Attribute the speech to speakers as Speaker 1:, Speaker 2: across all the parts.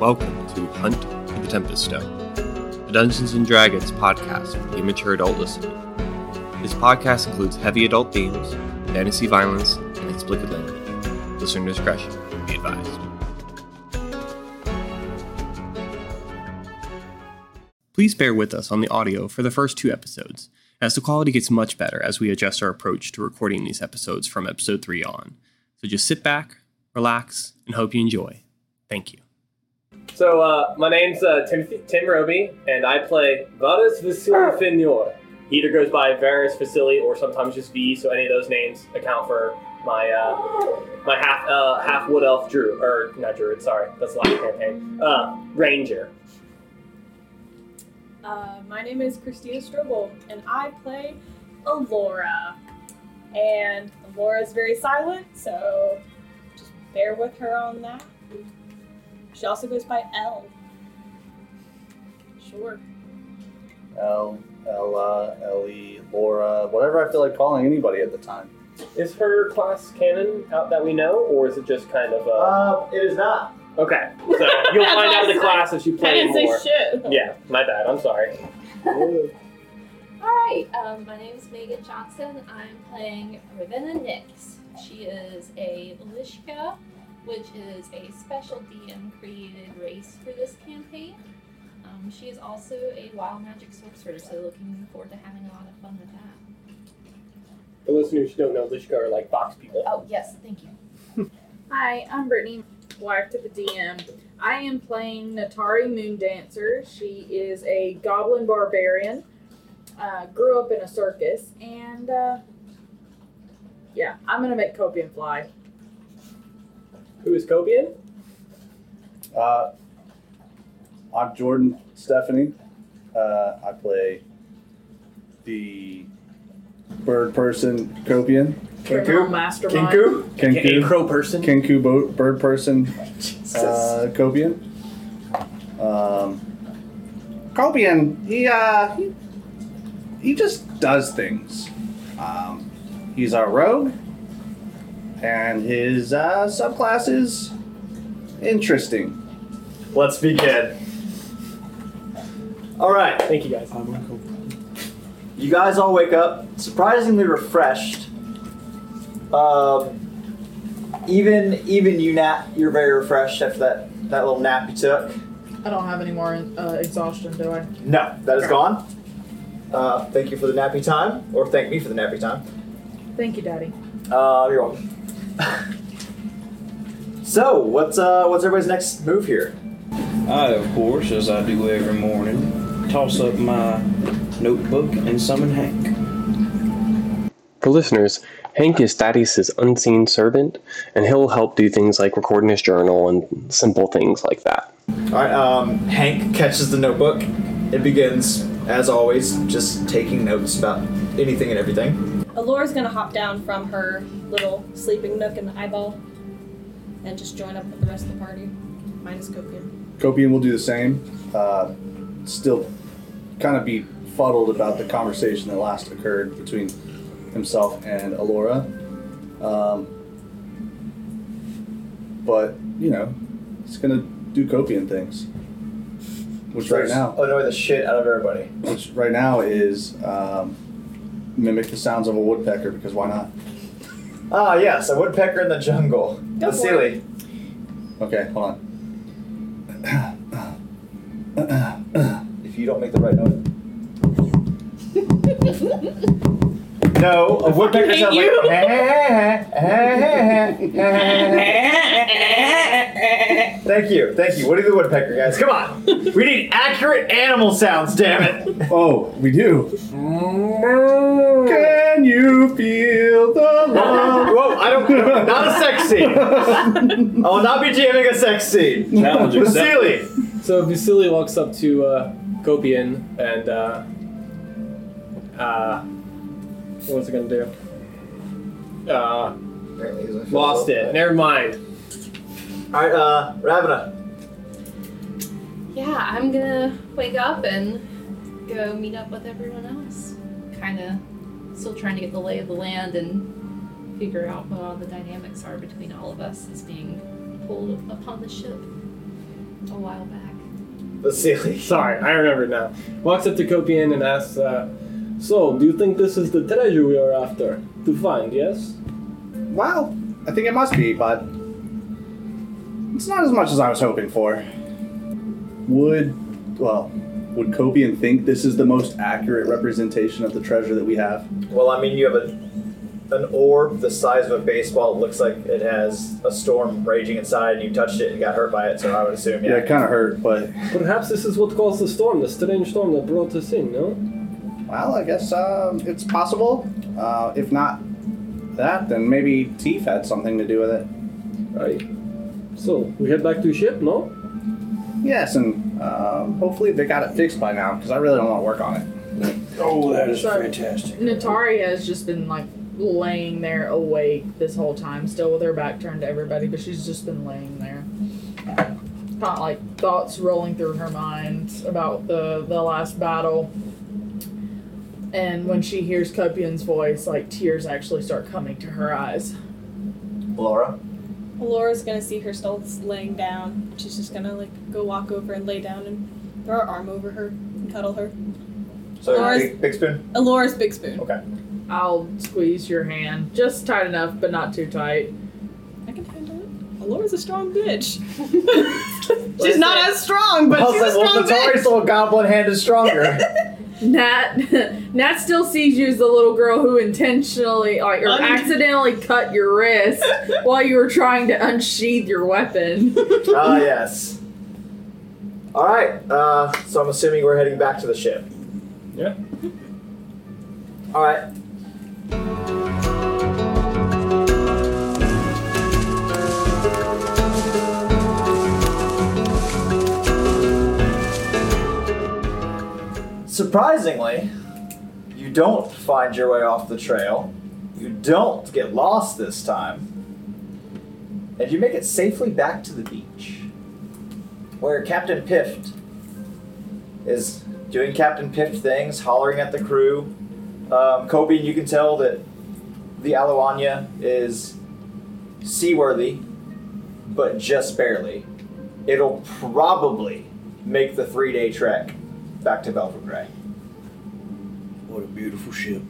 Speaker 1: Welcome to Hunt for the Tempest Stone, the Dungeons and Dragons podcast for the immature adult listener. This podcast includes heavy adult themes, fantasy violence, and explicit language. Listener discretion be advised. Please bear with us on the audio for the first two episodes, as the quality gets much better as we adjust our approach to recording these episodes from episode 3 on. So just sit back, relax, and hope you enjoy. Thank you.
Speaker 2: So, uh, my name's uh, Timothy, Tim Roby, and I play Varus Vasili Finor. He either goes by Varus Vasili or sometimes just V, so any of those names account for my uh, my half uh, half wood elf druid, or not druid, sorry, that's last campaign, uh, ranger.
Speaker 3: Uh, my name is Christina Strobel, and I play Alora. And Alora's very silent, so just bear with her on that. She also goes by L. Sure.
Speaker 4: El, Ella, Ellie, uh, E, Laura, whatever I feel like calling anybody at the time.
Speaker 2: Is her class canon out that we know, or is it just kind of uh,
Speaker 4: Uh, it is not.
Speaker 2: okay? So you'll find out the class if you
Speaker 3: I
Speaker 2: play
Speaker 3: didn't say
Speaker 2: more.
Speaker 3: shit.
Speaker 2: Yeah, my bad. I'm sorry.
Speaker 5: All right, um, my name is Megan Johnson. I'm playing Ravenna Nix. She is a Lishka, which is a special DM created race for this campaign. Um, she is also a wild magic sorcerer, so looking forward to having a lot of fun with that.
Speaker 2: The listeners who don't know Lishka are like box people.
Speaker 5: Oh, yes, thank you.
Speaker 6: Hi, I'm Brittany, wife to the DM. I am playing Natari Moondancer. She is a goblin barbarian. Uh, grew up in a circus, and uh, yeah, I'm gonna make Copian fly.
Speaker 2: Who is Cobian?
Speaker 4: Uh, I'm Jordan Stephanie. Uh, I play the bird person Copian.
Speaker 6: Criminal mastermind.
Speaker 2: A
Speaker 4: Kenku.
Speaker 2: crow person.
Speaker 4: Kenku bo- bird person uh, Copian. Um, Copian, he, uh, he, he just does things. Um, he's our rogue, and his uh, subclass is interesting.
Speaker 7: Let's begin. All right,
Speaker 2: Thank you guys.
Speaker 7: you guys all wake up surprisingly refreshed. Um, even even you nap, you're very refreshed after that that little nap you took.
Speaker 6: I don't have any more uh, exhaustion, do I?
Speaker 7: No, that is gone. Uh, thank you for the nappy time, or thank me for the nappy time.
Speaker 6: Thank you, Daddy.
Speaker 7: Uh, you're welcome. so, what's uh, what's everybody's next move here?
Speaker 8: I, of course, as I do every morning, toss up my notebook and summon Hank.
Speaker 9: For listeners, Hank is Thaddeus' unseen servant, and he'll help do things like recording his journal and simple things like that.
Speaker 7: All right, um, Hank catches the notebook. It begins, as always, just taking notes about anything and everything.
Speaker 3: Alora's gonna hop down from her little sleeping nook in the eyeball and just join up with the rest of the party. Minus Copian.
Speaker 4: Copian will do the same. Uh, still kind of be fuddled about the conversation that last occurred between himself and Alora. Um, but, you know, he's going to do Copian things. Which right now,
Speaker 7: Annoy Oh, the shit out of everybody.
Speaker 4: which right now is um, mimic the sounds of a woodpecker because why not?
Speaker 7: Ah, yes, a woodpecker in the jungle.
Speaker 3: Go for
Speaker 7: Vasily.
Speaker 4: Okay, hold on.
Speaker 7: If you don't make the right noise. no, a woodpecker sounds like. "Eh, eh, thank you, thank you. What do the woodpecker guys? Come on, we need accurate animal sounds. Damn it!
Speaker 4: Oh, we do. Can you feel the love?
Speaker 7: Whoa, I don't. Not a sex scene. I will not be jamming a sex scene.
Speaker 8: Challenge accepted.
Speaker 7: Vasily.
Speaker 2: So Vasily walks up to uh, Copian and uh, uh, what's it gonna do? Uh, lost it. Never mind.
Speaker 7: All right, uh, Ravana.
Speaker 5: Yeah, I'm gonna wake up and go meet up with everyone else. Kind of still trying to get the lay of the land and figure out what all the dynamics are between all of us as being pulled upon the ship. a while back.
Speaker 7: Let's see.
Speaker 2: Sorry, I remember now. Walks up to Copian and asks, uh, So, do you think this is the treasure we are after to find, yes?
Speaker 4: Well, I think it must be, but it's not as much as I was hoping for. Would, well, would Copian think this is the most accurate representation of the treasure that we have?
Speaker 7: Well, I mean, you have a an orb the size of a baseball. It looks like it has a storm raging inside, and you touched it and got hurt by it. So I would assume,
Speaker 4: Yeah,
Speaker 7: yeah.
Speaker 4: it kind of hurt, but
Speaker 2: Perhaps this is what caused the storm, the strange storm that brought us in, no?
Speaker 4: well, I guess um, it's possible. Uh, if not that, then maybe Teeth had something to do with it.
Speaker 2: Right. So, we head back to ship, no?
Speaker 4: Yes, and um, hopefully they got it fixed by now because I really don't want to work on it.
Speaker 8: Oh, that is
Speaker 6: Sorry.
Speaker 8: fantastic.
Speaker 6: Nataria has just been like laying there awake this whole time, still with her back turned to everybody, but she's just been laying there. Not like thoughts rolling through her mind about the the last battle. And when she hears Copian's voice, like tears actually start coming to her eyes.
Speaker 7: Laura,
Speaker 3: Laura's gonna see her still laying down. She's just gonna like go walk over and lay down and throw her arm over her and cuddle her.
Speaker 7: so
Speaker 3: Laura's-
Speaker 7: big, big spoon.
Speaker 3: Alora's big spoon.
Speaker 6: I'll squeeze your hand just tight enough, but not too tight.
Speaker 3: I can handle it. Alora's a strong bitch. she's
Speaker 7: Listen.
Speaker 3: not as strong, but she's a strong bitch.
Speaker 7: little goblin hand is stronger.
Speaker 6: Nat, Nat still sees you as the little girl who intentionally like, or
Speaker 3: Un-
Speaker 6: accidentally cut your wrist while you were trying to unsheath your weapon.
Speaker 7: Ah, yes. All right. Uh, so I'm assuming we're heading back to the ship.
Speaker 2: Yeah.
Speaker 7: All right. Surprisingly, you don't find your way off the trail. You don't get lost this time. And you make it safely back to the beach, where Captain Pift is doing Captain Pift things, hollering at the crew. Um, Kobe, you can tell that the Alawanya is seaworthy, but just barely. It'll probably make the three day trek back to Belvedere.
Speaker 8: What a beautiful ship.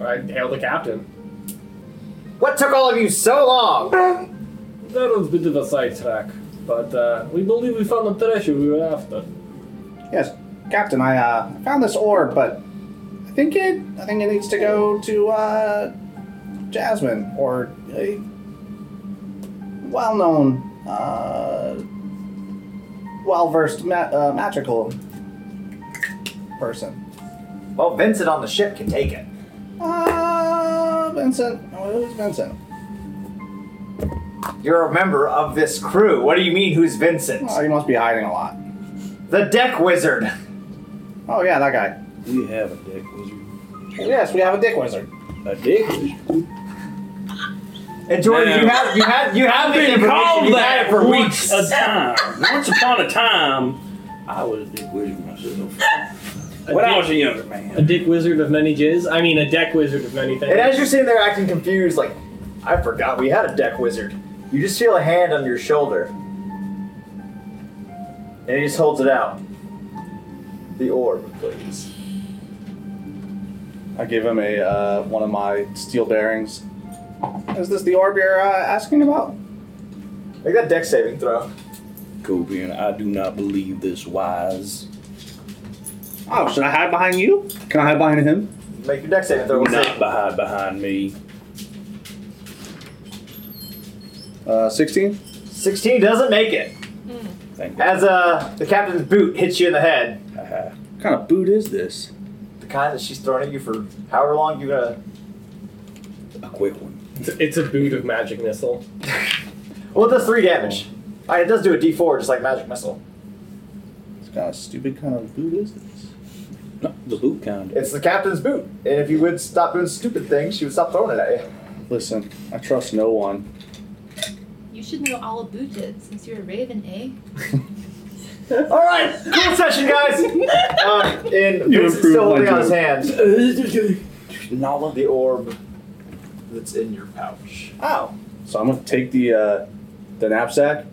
Speaker 2: I hail the captain.
Speaker 7: What took all of you so long?
Speaker 2: That was a bit of a sidetrack, but uh, we believe we found the treasure we were after.
Speaker 4: Yes, Captain, I uh, found this orb, but I think it, I think it needs to go to uh, Jasmine or a well-known, uh, well-versed ma- uh, magical person.
Speaker 7: Well, Vincent on the ship can take it.
Speaker 4: Uh, Vincent. Oh, who's Vincent?
Speaker 7: You're a member of this crew. What do you mean, who's Vincent?
Speaker 4: Oh, he must be hiding a lot.
Speaker 7: The deck wizard.
Speaker 4: Oh yeah, that guy.
Speaker 8: We have a deck wizard.
Speaker 4: Yes, we have a dick wizard.
Speaker 8: A dick wizard?
Speaker 7: And Jordan,
Speaker 8: No.
Speaker 7: you have you have you have this
Speaker 8: I've been
Speaker 7: information.
Speaker 8: called
Speaker 7: You've had
Speaker 8: that
Speaker 7: it for
Speaker 8: once
Speaker 7: weeks.
Speaker 8: a time. Once upon a time, I was a dick wizard myself. When I was a younger
Speaker 2: A
Speaker 8: man.
Speaker 2: dick wizard of many jizz? I mean, a deck wizard of many things.
Speaker 7: And as you're sitting there acting confused, like, I forgot we had a deck wizard, you just feel a hand on your shoulder. And he just holds it out. The orb, please.
Speaker 4: I give him a uh, one of my steel bearings. Is this the orb you're uh, asking about?
Speaker 7: Make that deck saving throw.
Speaker 8: Kobe and I do not believe this wise.
Speaker 4: Oh, should I hide behind you? Can I hide behind him?
Speaker 7: Make your deck saving throw.
Speaker 8: Do
Speaker 7: We'll see.
Speaker 8: not behind behind me.
Speaker 4: Uh, 16?
Speaker 7: 16 doesn't make it.
Speaker 8: Thank God.
Speaker 7: As uh, the captain's boot hits you in the head,
Speaker 8: Haha.
Speaker 4: What kind of boot is this?
Speaker 7: the kind that she's thrown at you for however long you're gonna.
Speaker 8: A quick one.
Speaker 2: It's a boot of magic missile.
Speaker 7: Well, it does three damage. Alright, it does do a d4, just like magic missile.
Speaker 4: What kind of stupid kind of boot is this?
Speaker 8: No, the boot kind.
Speaker 7: It's the captain's boot. And if you would stop doing stupid things, she would stop throwing it at you.
Speaker 4: Listen, I trust no one.
Speaker 5: You should know all about it since you're a raven, eh?
Speaker 7: All right, cool session, guys. Uh, and Vincent's
Speaker 4: improved
Speaker 7: still holding
Speaker 4: my
Speaker 7: out his hand.
Speaker 8: Nala.
Speaker 7: The orb that's in your pouch.
Speaker 4: Oh. So I'm going to take the uh, the knapsack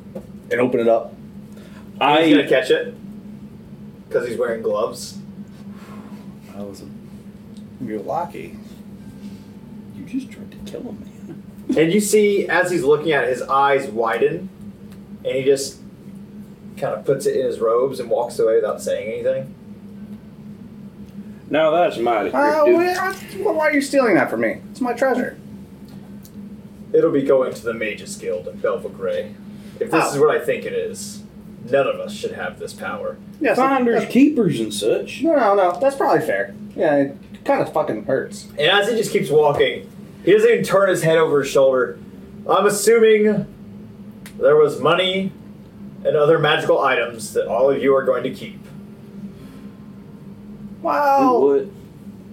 Speaker 4: and open it up.
Speaker 7: He's
Speaker 8: I
Speaker 7: gonna catch it because he's wearing gloves.
Speaker 4: I was. You're lucky.
Speaker 8: you just tried to kill a man.
Speaker 7: And you see, as he's looking at it, his eyes widen, and he just kind of puts it in his robes and walks away without saying anything.
Speaker 8: Now that's mighty
Speaker 4: Uh,
Speaker 8: cryptic.
Speaker 4: why, why are you stealing that from me? It's my treasure.
Speaker 7: It'll be going to the Mages Guild in Belva Grey. If this is what I think it is, none of us should have this power.
Speaker 4: Yes.
Speaker 8: Finders,
Speaker 4: that's-
Speaker 8: keepers, and such.
Speaker 4: No, no, no. That's probably fair. Yeah, it kind of fucking hurts.
Speaker 7: And as he just keeps walking, he doesn't even turn his head over his shoulder. I'm assuming there was money and other magical items that all of you are going to keep.
Speaker 4: Well,
Speaker 8: What?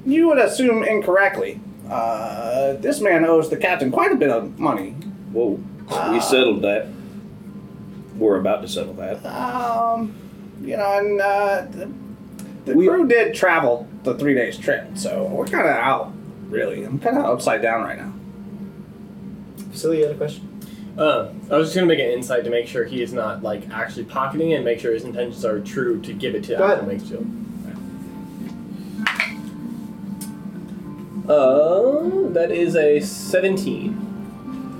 Speaker 4: you would assume incorrectly. Uh, this man owes the captain quite a bit of money.
Speaker 8: Whoa.
Speaker 7: Ah.
Speaker 8: we settled that. We're about to settle that.
Speaker 4: Um, you know, and uh, the, the
Speaker 8: We-
Speaker 4: crew did travel the three days trip, so we're kind of out. Really, I'm kind of upside down right now.
Speaker 7: Celia, you had a question?
Speaker 2: Uh, I was just gonna make an insight to make sure he is not like actually pocketing it and make sure his intentions are true to give it to
Speaker 7: Go ahead.
Speaker 2: Adam Wakefield. Uh, that is a seventeen.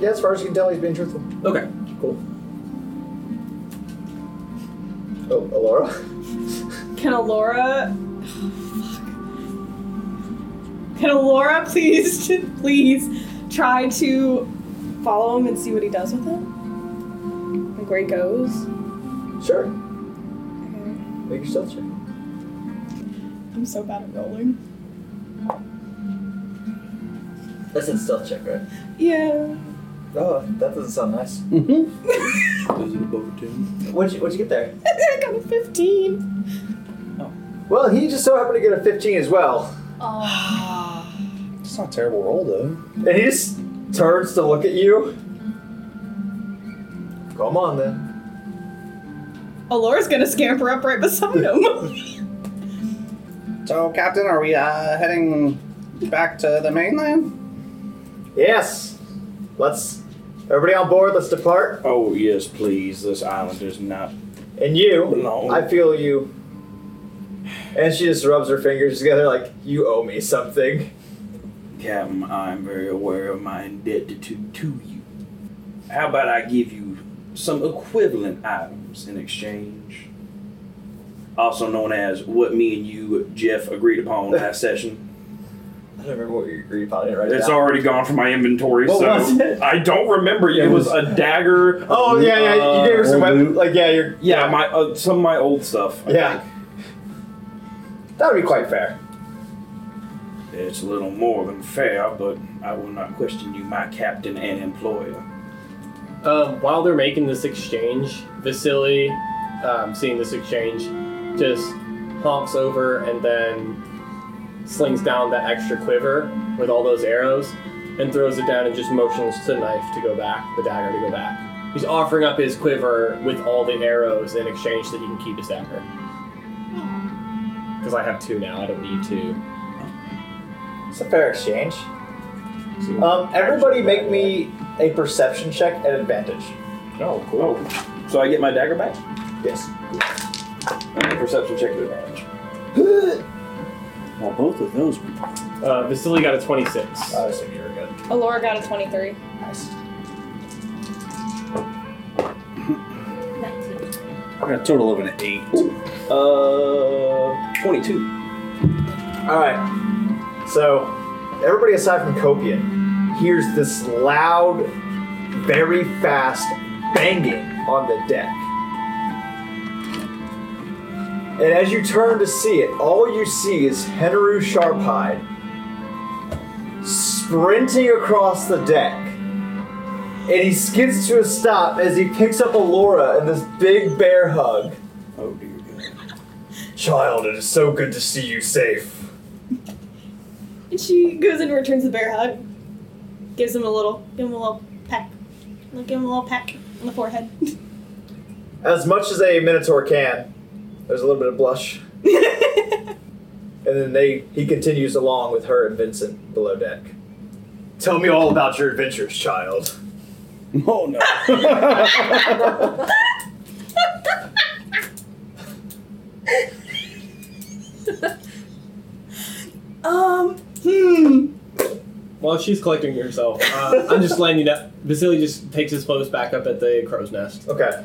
Speaker 7: Yeah, as far as you can tell, he's being truthful.
Speaker 2: Okay, cool.
Speaker 7: Oh, Alora?
Speaker 3: Can Alora. oh, Can Alora please, please try to follow him and see what he does with him? Like where he goes?
Speaker 7: Sure.
Speaker 3: Okay.
Speaker 7: Make yourself check.
Speaker 3: I'm so bad at rolling.
Speaker 7: That's a stealth check, right?
Speaker 3: Yeah.
Speaker 7: Oh, that doesn't sound nice.
Speaker 4: Mm-hmm.
Speaker 8: Is it above a ten?
Speaker 7: What'd you, what'd you get there?
Speaker 3: I got a 15.
Speaker 7: Well, he just so happened to get a 15 as well.
Speaker 5: Oh.
Speaker 4: It's not a terrible roll though.
Speaker 7: And he just turns to look at you. Come on, then.
Speaker 3: Alora's gonna scamper up right beside him.
Speaker 4: So, Captain, are we uh, heading back to the mainland?
Speaker 7: Yes. Let's. Everybody on board, let's depart.
Speaker 8: Oh yes, please. This island is not.
Speaker 7: And you,
Speaker 8: No.
Speaker 7: I feel you. And she just rubs her fingers together like, you owe me something.
Speaker 8: Captain, I'm very aware of my indebtitude to you. How about I give you some equivalent items in exchange? Also known as what me and you, Jeff, agreed upon last session.
Speaker 7: I don't remember what you agreed upon. I didn't write it
Speaker 8: It's
Speaker 7: down.
Speaker 8: already gone from my inventory,
Speaker 7: What
Speaker 8: so
Speaker 7: was it?
Speaker 8: I don't remember. It,
Speaker 4: It
Speaker 8: was,
Speaker 4: was-
Speaker 8: a dagger.
Speaker 7: Oh, yeah, yeah.
Speaker 8: uh,
Speaker 7: You gave her some
Speaker 4: old
Speaker 7: weapon.
Speaker 4: loot.
Speaker 7: Like, yeah, you're.
Speaker 8: yeah, my uh, some of my old stuff. I
Speaker 7: Yeah. That would be quite fair.
Speaker 8: think. it's a little more than fair, but I will not question you, my captain and employer.
Speaker 2: Um, while they're making this exchange, Vasily, um, seeing this exchange, just honks over and then slings down that extra quiver with all those arrows and throws it down and just motions to the knife to go back, the dagger to go back. He's offering up his quiver with all the arrows in exchange so that he can keep his dagger. Because I have two now, I don't need two.
Speaker 7: It's a fair exchange. Um, everybody make me a perception check at advantage.
Speaker 8: Oh, cool. So I get my dagger back?
Speaker 7: Yes.
Speaker 8: And a perception check at advantage. Well, both of those.
Speaker 2: Uh, Vasily got a 26.
Speaker 7: I assume you were good.
Speaker 3: Alora got a 23.
Speaker 7: Nice.
Speaker 5: 19.
Speaker 4: I got a total of an eight.
Speaker 8: Uh, 22.
Speaker 7: Alright. So, everybody aside from Copian hears this loud, very fast banging on the deck. And as you turn to see it, all you see is Henru Sharphide sprinting across the deck. And he skids to a stop as he picks up Alora in this big bear hug.
Speaker 8: Oh, dear God.
Speaker 7: Child, it is so good to see you safe.
Speaker 3: And she goes and returns the bear hug. Gives him a little, give him a little peck. Like, Give him a little peck on the forehead.
Speaker 7: as much as a minotaur can. There's a little bit of blush, and then they he continues along with her and Vincent below deck. Tell me all about your adventures, child.
Speaker 4: Oh no.
Speaker 2: While she's collecting herself, uh, I'm just letting you know. Vasily just takes his clothes back up at the crow's nest.
Speaker 7: Okay.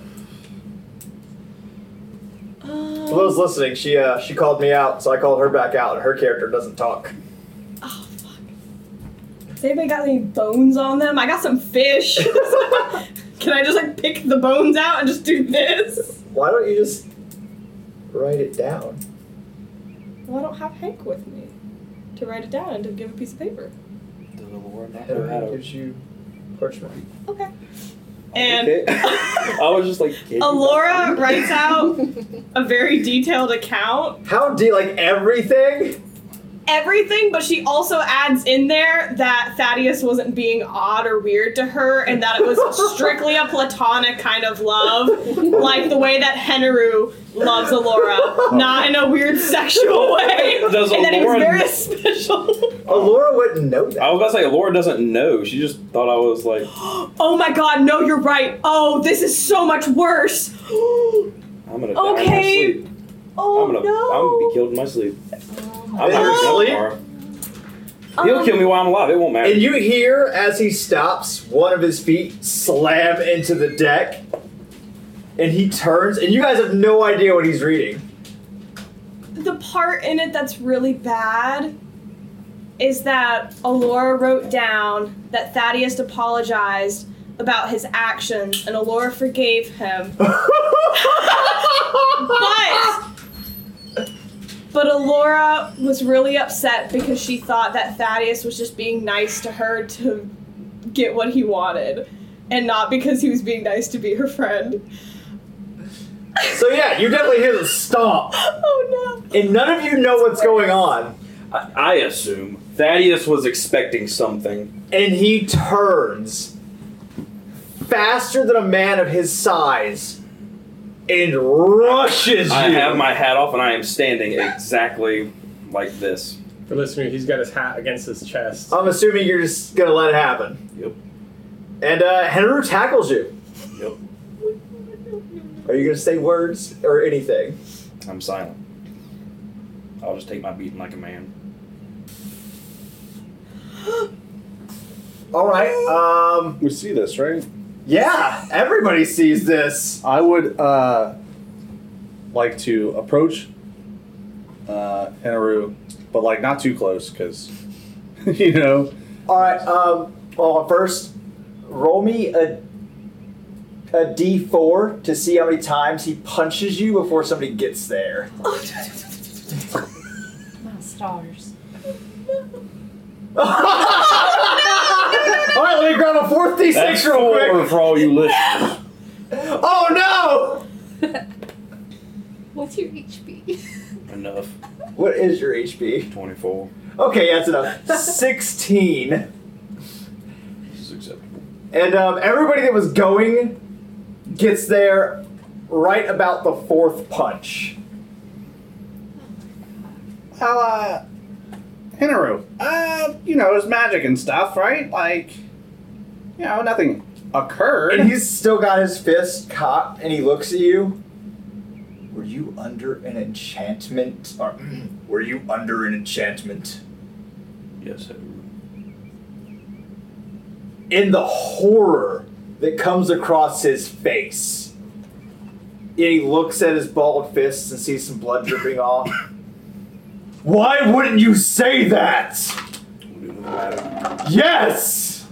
Speaker 3: Um,
Speaker 7: For those listening, she uh, she called me out, so I called her back out. and Her character doesn't talk.
Speaker 3: Oh fuck. Has anybody got any bones on them? I got some fish. Can I just like pick the bones out and just do this?
Speaker 7: Why don't you just write it down?
Speaker 3: Well, I don't have Hank with me to write it down and to give a piece of paper.
Speaker 8: Does Alora not know how
Speaker 7: Henry
Speaker 8: to-
Speaker 7: gives you parchment.
Speaker 3: Okay. And
Speaker 8: Okay. I was just like, "Can you-
Speaker 3: Alora writes out a very detailed account
Speaker 7: How do like everything?
Speaker 3: everything, but she also adds in there that Thaddeus wasn't being odd or weird to her and that it was strictly a platonic kind of love, like the way that Henaru loves Alora, not in a weird sexual way.
Speaker 8: Does
Speaker 3: and that he was
Speaker 8: Alora-
Speaker 3: very special.
Speaker 7: Alora wouldn't know that.
Speaker 8: I was about to say, Alora doesn't know. She just thought I was like,
Speaker 3: oh my god, no, you're right. Oh, this is so much worse. oh
Speaker 8: I'm gonna die in my
Speaker 3: Okay. Oh,
Speaker 8: sleep. I'm gonna, I'm gonna be killed in my sleep. I'm
Speaker 7: In
Speaker 8: not
Speaker 7: your
Speaker 8: waking up
Speaker 7: sleep?
Speaker 8: tomorrow.
Speaker 3: Um,
Speaker 8: He'll kill me while I'm alive. It won't matter.
Speaker 7: And you hear as he stops, one of his feet slam into the deck, and he turns, and you guys have no idea what he's reading.
Speaker 3: the part in it that's really bad is that Alora wrote down that Thaddeus apologized about his actions and Alora forgave him. But but Alora was really upset because she thought that Thaddeus was just being nice to her to get what he wanted and not because he was being nice to be her friend.
Speaker 7: so yeah, you definitely hear the stomp,
Speaker 3: Oh no.
Speaker 7: and none of you know what's going on.
Speaker 8: I, I assume Thaddeus was expecting something.
Speaker 7: And he turns faster than a man of his size and rushes
Speaker 8: I
Speaker 7: you.
Speaker 8: have my hat off and I am standing exactly like this.
Speaker 2: For listener, he's got his hat against his chest.
Speaker 7: I'm assuming you're just gonna let it happen.
Speaker 8: Yep.
Speaker 7: And uh, Henry tackles you.
Speaker 8: Yep.
Speaker 7: Are you gonna say words or anything?
Speaker 8: I'm silent. I'll just take my beating like a man.
Speaker 7: All right. Um.
Speaker 4: We see this, right?
Speaker 7: Yeah. Everybody sees this.
Speaker 4: I would uh, like to approach uh, Henaru, but like not too close because you know.
Speaker 7: All right. Um. Well, first, roll me a a d4 to see how many times he punches you before somebody gets there.
Speaker 5: My stars.
Speaker 7: All right. Let me grab a fourth d6
Speaker 8: That's
Speaker 7: real quick.
Speaker 8: four for all you listeners.
Speaker 7: Oh
Speaker 5: What's your HP?
Speaker 8: Enough.
Speaker 7: no! What is your HP?
Speaker 8: 24
Speaker 7: Okay, that's enough. 16.
Speaker 8: This is acceptable.
Speaker 7: And um, everybody that was going gets there right about the fourth punch.
Speaker 4: Well, uh, Henaru, uh, you know, it's magic and stuff, right? Like, you know, nothing occurred.
Speaker 7: And he's still got his fist cocked and he looks at you. Were you under an enchantment? Or, were you under an enchantment?
Speaker 8: Yes, Henry.
Speaker 7: in the horror that comes across his face. And he looks at his bald fists and sees some blood dripping off. Why wouldn't you say that?
Speaker 8: Wouldn't matter.
Speaker 7: Yes!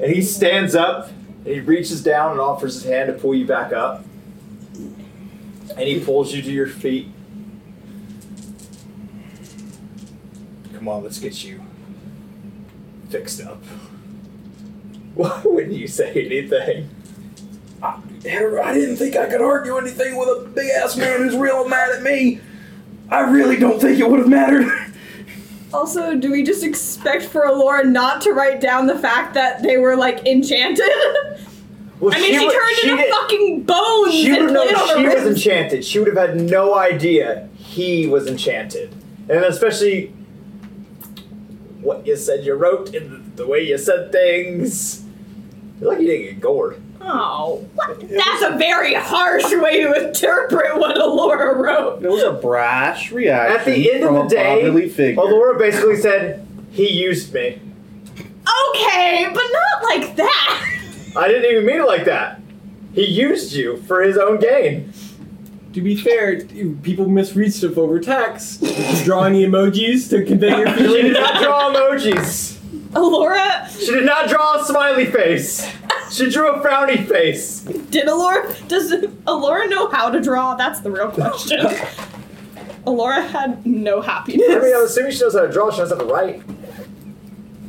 Speaker 7: And he stands up and he reaches down and offers his hand to pull you back up. And he pulls you to your feet. Come on, let's get you fixed up. Why wouldn't you say anything?
Speaker 8: I, Henry, I didn't think I could argue anything with a big ass man who's real mad at me. I really don't think it would have mattered.
Speaker 3: Also, do we just expect for Alora not to write down the fact that they were like enchanted?
Speaker 7: Well,
Speaker 3: I mean, she,
Speaker 7: would-
Speaker 3: turned
Speaker 7: she
Speaker 3: into
Speaker 7: did-
Speaker 3: fucking bones
Speaker 7: She would
Speaker 3: and
Speaker 7: have
Speaker 3: played
Speaker 7: known
Speaker 3: on
Speaker 7: she
Speaker 3: her
Speaker 7: was
Speaker 3: wrist.
Speaker 7: enchanted. She would have had no idea he was enchanted. And especially what you said you wrote and the way you said things. You're lucky you didn't get gored.
Speaker 3: Oh, what? that's a very harsh way to interpret what Alora wrote.
Speaker 4: It was a brash reaction
Speaker 7: At the end of
Speaker 4: from
Speaker 7: the
Speaker 4: a
Speaker 7: day,
Speaker 4: fatherly figure.
Speaker 7: Alora basically said, he used me.
Speaker 3: Okay, but not like that.
Speaker 7: I didn't even mean it like that. He used you for his own gain.
Speaker 2: To be fair, people misread stuff over text. Draw any emojis to convey your
Speaker 7: She did
Speaker 2: feelings.
Speaker 7: not draw emojis.
Speaker 3: Alora,
Speaker 7: She did not draw a smiley face. She drew a frowny face.
Speaker 3: did Alora, does Alora know how to draw? That's the real question. Alora had no happiness.
Speaker 7: I mean, I'm assuming she knows how to draw. She knows how to write.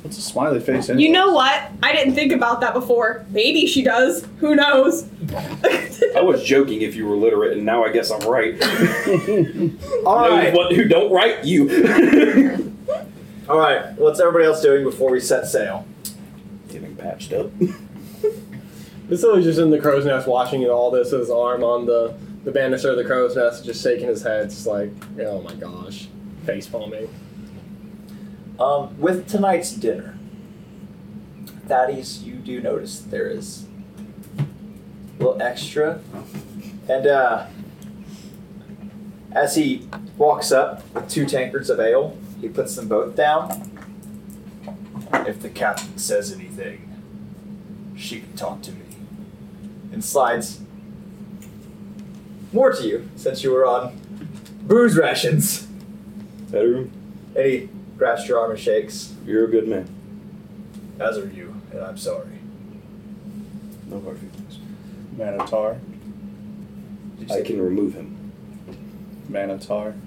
Speaker 4: What's a smiley face?
Speaker 3: You know what? I didn't think about that before. Maybe she does. Who knows?
Speaker 8: I was joking if you were literate, and now I guess I'm right.
Speaker 7: All
Speaker 8: Those
Speaker 7: right.
Speaker 8: what- who don't write you.
Speaker 7: All right. What's everybody else doing before we set sail?
Speaker 8: Getting patched up.
Speaker 2: Basile's just in the crow's nest watching it all this with his arm on the, the banister of the crow's nest, just shaking his head, just like, oh my gosh, face palming.
Speaker 7: Um, with tonight's dinner, Thaddeus, you do notice that there is a little extra. And uh, as he walks up with two tankards of ale, he puts them both down. If the captain says anything, she can talk to me. And slides more to you since you were on booze rations.
Speaker 8: Bedroom,
Speaker 7: And he grabs your arm and shakes.
Speaker 8: you're a good man.
Speaker 7: As are you, and I'm sorry.
Speaker 8: No hard feelings.
Speaker 4: Manatar.
Speaker 7: Did you
Speaker 8: I
Speaker 7: say-
Speaker 8: can remove him.
Speaker 4: Manatar.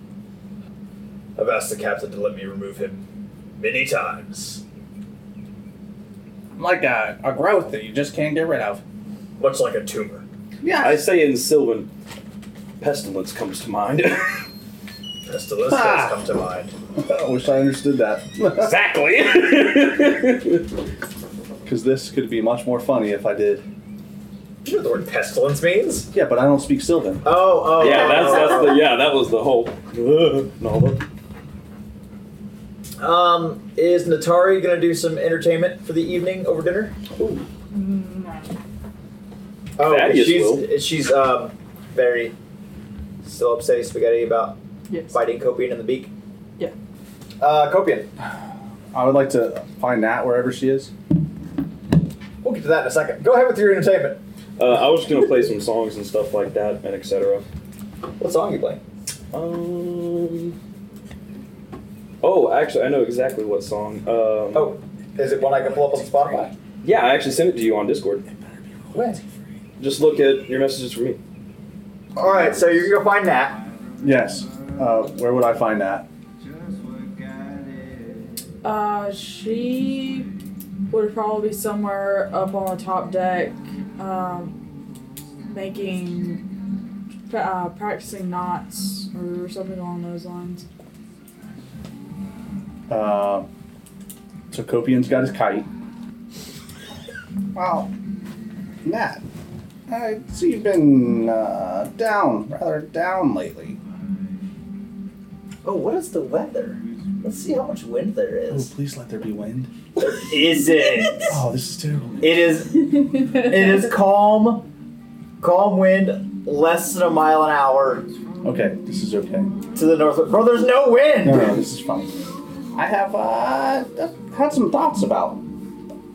Speaker 7: I've asked the captain to let me remove him many times,
Speaker 4: Like a, a growth that you just can't get rid of.
Speaker 7: much like a tumor.
Speaker 4: Yeah.
Speaker 8: I say in Sylvan, pestilence comes to mind.
Speaker 7: Pestilence
Speaker 4: Ah.
Speaker 7: does come to mind.
Speaker 4: I
Speaker 8: Oh,
Speaker 4: wish I understood that.
Speaker 8: exactly.
Speaker 4: Because this could be much more funny if I did.
Speaker 7: Do you know what the word pestilence means?
Speaker 4: Yeah, but I don't speak Sylvan.
Speaker 7: Oh, oh.
Speaker 8: yeah,
Speaker 7: oh,
Speaker 8: that's
Speaker 7: oh,
Speaker 8: that's the yeah that was the whole. and all that.
Speaker 7: oh. Um, is Natari gonna do some entertainment for the evening over dinner? Oh,
Speaker 8: Thaddeus
Speaker 7: she's
Speaker 8: will.
Speaker 7: she's um very still upsetting spaghetti about
Speaker 6: Yes.
Speaker 7: biting Copian in the beak.
Speaker 6: Yeah.
Speaker 7: Uh, Copian.
Speaker 4: I would like to find Nat wherever she is.
Speaker 7: We'll get to that in a second. Go ahead with your entertainment.
Speaker 8: Uh, I was just gonna play some songs and stuff like that and etc.
Speaker 7: What song you playing?
Speaker 8: Um. Oh, actually, I know exactly what song. Um,
Speaker 7: Oh. Is it one I can pull up on Spotify?
Speaker 8: yeah, I actually sent it to you on Discord.
Speaker 7: When?
Speaker 8: Just look at your messages for me.
Speaker 7: All right, so you're gonna find that.
Speaker 4: Yes. Uh, where would I find Nat?
Speaker 6: Uh, she would probably be somewhere up on the top deck, um, making, uh, practicing knots or something along those lines.
Speaker 4: Uh, so Copian's got his kite. Wow. Nat, I see you've been uh, down, rather down lately.
Speaker 7: Oh, what is the weather? Let's see how much wind there is.
Speaker 4: Oh, please let there be wind.
Speaker 7: Is it?
Speaker 4: Oh, this is terrible. man.
Speaker 7: It is. It is calm, calm wind, less than a mile an hour
Speaker 4: Okay, this is okay.
Speaker 7: to the north. Bro, there's no wind.
Speaker 4: No, no, this is fun. I have uh, had some thoughts about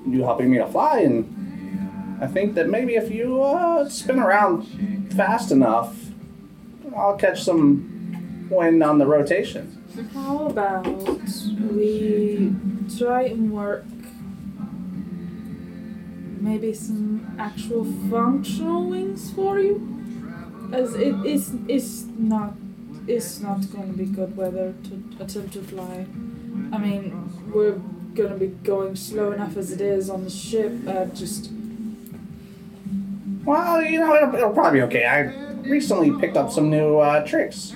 Speaker 4: you helping me to fly, and I think that maybe if you uh, spin around fast enough, I'll catch some wind on the rotation.
Speaker 6: How about we try and work maybe some actual functional wings for you? As it is it's not it's not gonna be good weather to attempt to fly. I mean we're gonna be going slow enough as it is on the ship, uh, just
Speaker 4: Well, you know, it'll, it'll probably be okay. I recently picked up some new uh, tricks.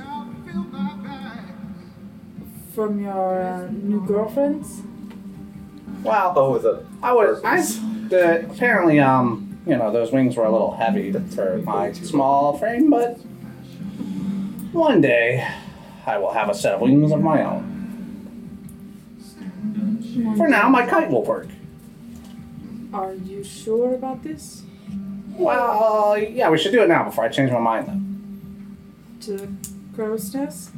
Speaker 6: from your uh, new girlfriends.
Speaker 4: Well,
Speaker 7: Oh, the
Speaker 4: I was. I the, apparently, um, you know, those wings were a little heavy for my small frame, but one day I will have a set of wings of my own. For now, my kite will work.
Speaker 6: Are you sure about this?
Speaker 4: Well, yeah, we should do it now before I change my mind, though.
Speaker 3: to the crow's nest.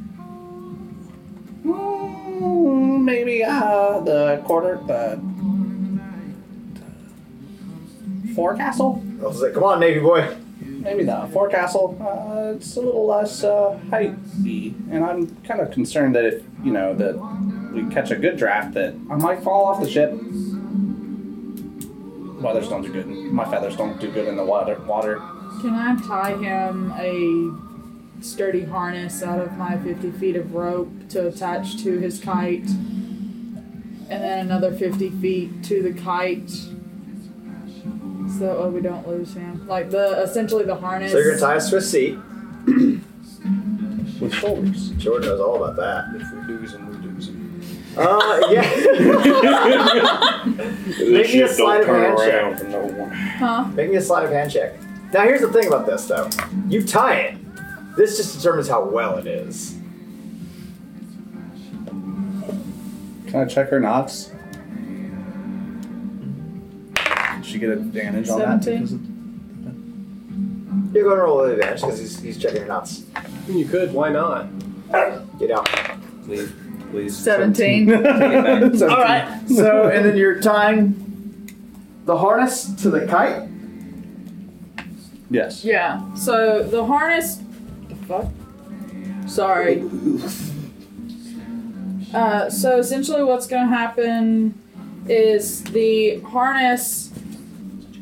Speaker 4: Mm, maybe uh, the quarter, the forecastle.
Speaker 7: I was like, come on, Navy boy.
Speaker 4: Maybe the forecastle. Uh, it's a little less uh, heighty, and I'm kind of concerned that if you know that we catch a good draft, that I might fall off the ship. Weathers don't do good. My feathers don't do good in the water. Water.
Speaker 3: Can I tie him a sturdy harness out of my 50 feet of rope to attach to his kite? And then another 50 feet to the kite. So that way we don't lose him. Like the essentially the harness.
Speaker 7: So you're gonna tie us to a seat.
Speaker 4: With shoulders.
Speaker 7: Jordan knows all about that.
Speaker 8: If we lose him, we lose him.
Speaker 7: Uh, yeah.
Speaker 8: This
Speaker 7: me a
Speaker 8: ship
Speaker 7: sleight
Speaker 8: don't
Speaker 7: of
Speaker 8: turn
Speaker 7: hand check.
Speaker 8: around for no one.
Speaker 3: huh?
Speaker 7: Make me a sleight of hand check. Now here's the thing about this though. You tie it. This just determines how well it is.
Speaker 4: Can I check her knots? Did she get advantage on that?
Speaker 3: Seventeen.
Speaker 4: because of-
Speaker 7: You're gonna roll with advantage because he's, he's checking your nuts.
Speaker 2: You could. Why not?
Speaker 7: Get out.
Speaker 8: Please, please.
Speaker 3: 17.
Speaker 4: Seventeen.
Speaker 7: All right. So, and then you're tying the harness to the kite.
Speaker 4: Yes.
Speaker 3: yeah. So the harness. The fuck? Sorry. Uh, so essentially, what's going to happen is the harness.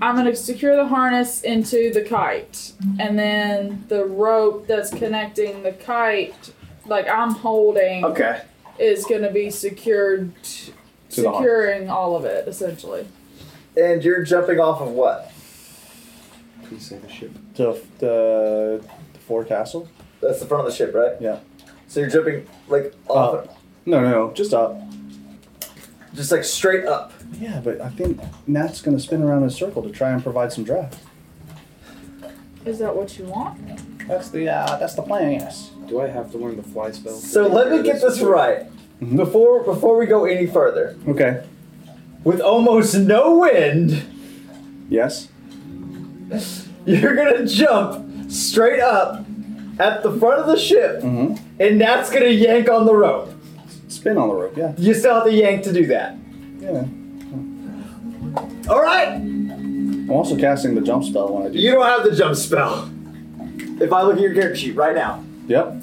Speaker 3: I'm going to secure the harness into the kite, and then the rope that's connecting the kite, like I'm holding,
Speaker 7: Okay.
Speaker 3: is going to be secured,
Speaker 4: To the harness.
Speaker 3: securing all of it essentially.
Speaker 7: And you're jumping off of what?
Speaker 8: Please save the ship.
Speaker 4: The, uh, the, the forecastle?
Speaker 7: That's the front of the ship, right?
Speaker 4: Yeah.
Speaker 7: So you're jumping like off,
Speaker 4: Up. No, no, no, just up.
Speaker 7: just like straight up.
Speaker 4: Yeah, but I think Nat's going to spin around in a circle to try and provide some draft.
Speaker 3: Is that what you want?
Speaker 4: That's the uh, that's the plan, yes.
Speaker 8: Do I have to learn the fly spell?
Speaker 7: So let me get this right
Speaker 4: Mhm.
Speaker 7: before before we go any further.
Speaker 4: Okay.
Speaker 7: With almost no wind,
Speaker 4: Yes.
Speaker 7: you're gonna jump straight up at the front of the ship,
Speaker 4: Mm-hmm.
Speaker 7: and that's gonna yank on the rope.
Speaker 4: Spin on the rope. Yeah.
Speaker 7: You still have to yank to do that.
Speaker 4: Yeah.
Speaker 7: All right.
Speaker 4: I'm also casting the jump spell when I do.
Speaker 7: You don't have the jump spell. If I look at your character sheet right now,
Speaker 4: Yep.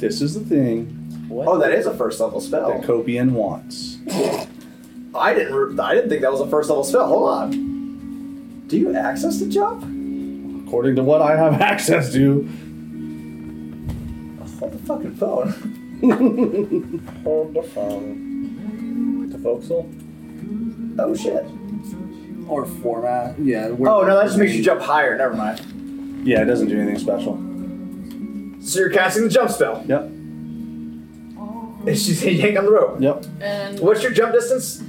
Speaker 4: This is the thing
Speaker 7: oh, that is a first level
Speaker 8: Oh.
Speaker 4: that
Speaker 7: spell.
Speaker 4: Copian wants.
Speaker 7: I didn't. Re- I didn't think that was a first level spell. Hold on. Do you access the jump?
Speaker 4: According to what I have access to.
Speaker 7: Hold the fucking phone.
Speaker 2: Hold the phone. The forecastle.
Speaker 7: Oh shit.
Speaker 8: Or format. Yeah.
Speaker 7: Oh no, that just makes you jump higher. Never mind.
Speaker 4: Yeah, it doesn't do anything special.
Speaker 7: So you're casting the jump spell.
Speaker 4: Yep.
Speaker 7: And she's gonna yank on the rope.
Speaker 4: Yep.
Speaker 3: And
Speaker 7: What's your jump distance?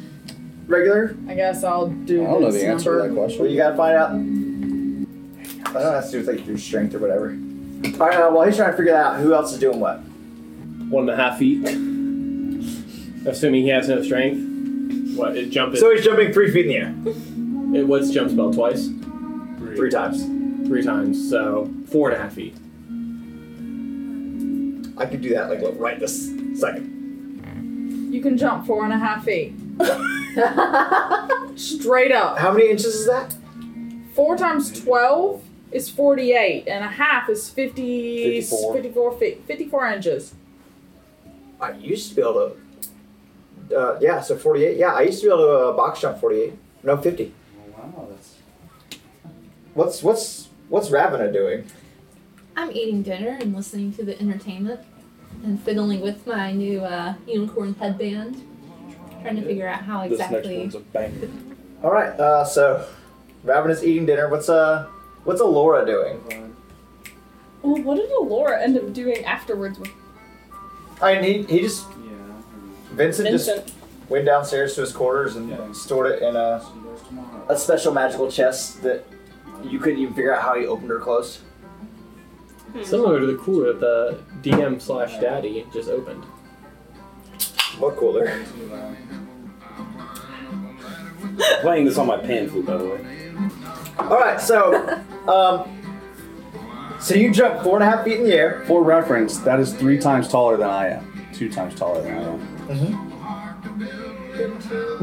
Speaker 7: Regular?
Speaker 3: I guess I'll
Speaker 4: I
Speaker 3: do.
Speaker 4: don't know
Speaker 3: this
Speaker 4: the answer to
Speaker 3: number.
Speaker 4: that question.
Speaker 7: Well, you gotta find out. I don't know. It has to do with like your strength or whatever. All right. Uh, while he's trying to figure that out, who else is doing what?
Speaker 2: One and a half feet. Assuming he has no strength. What? It jump. It,
Speaker 7: So he's jumping three feet in the air,
Speaker 2: it was jump spell twice,
Speaker 7: three times.
Speaker 2: three times. So four and a half feet.
Speaker 7: I could do that like right this second.
Speaker 3: You can jump four and a half feet. Straight up.
Speaker 7: How many inches is that?
Speaker 3: Four times 12 is 48, and a half is 50,
Speaker 8: 54.
Speaker 3: 54 feet, 54 inches.
Speaker 7: I used to be able to. Uh, yeah, so 48. Yeah, I used to be able to uh, box jump 48. No, 50.
Speaker 8: Wow, that's.
Speaker 7: What's what's what's Ravana doing?
Speaker 5: I'm eating dinner and listening to the entertainment and fiddling with my new uh, unicorn headband, trying to figure out how
Speaker 8: This
Speaker 5: exactly.
Speaker 8: next one's a banger.
Speaker 7: All right. Uh, so Ravana's eating dinner. What's uh what's Alora doing?
Speaker 10: Oh,
Speaker 11: Well, what did Alora end up doing afterwards with
Speaker 7: I mean, he, he just
Speaker 8: Yeah.
Speaker 7: Vincent,
Speaker 11: Vincent?
Speaker 7: just went downstairs to his quarters and
Speaker 8: Yeah.
Speaker 7: stored it in a
Speaker 8: See you guys tomorrow.
Speaker 7: a special magical chest that you couldn't even figure out how he opened or closed.
Speaker 10: Hmm.
Speaker 3: Hmm.
Speaker 2: Similar to the cooler that the DM slash daddy just opened.
Speaker 7: What cooler?
Speaker 8: Playing this on my pan flute, by the way.
Speaker 7: All right, so, um, so you jump four and a half feet in the air.
Speaker 4: For reference, that is three times taller than I am. Two times taller than I am.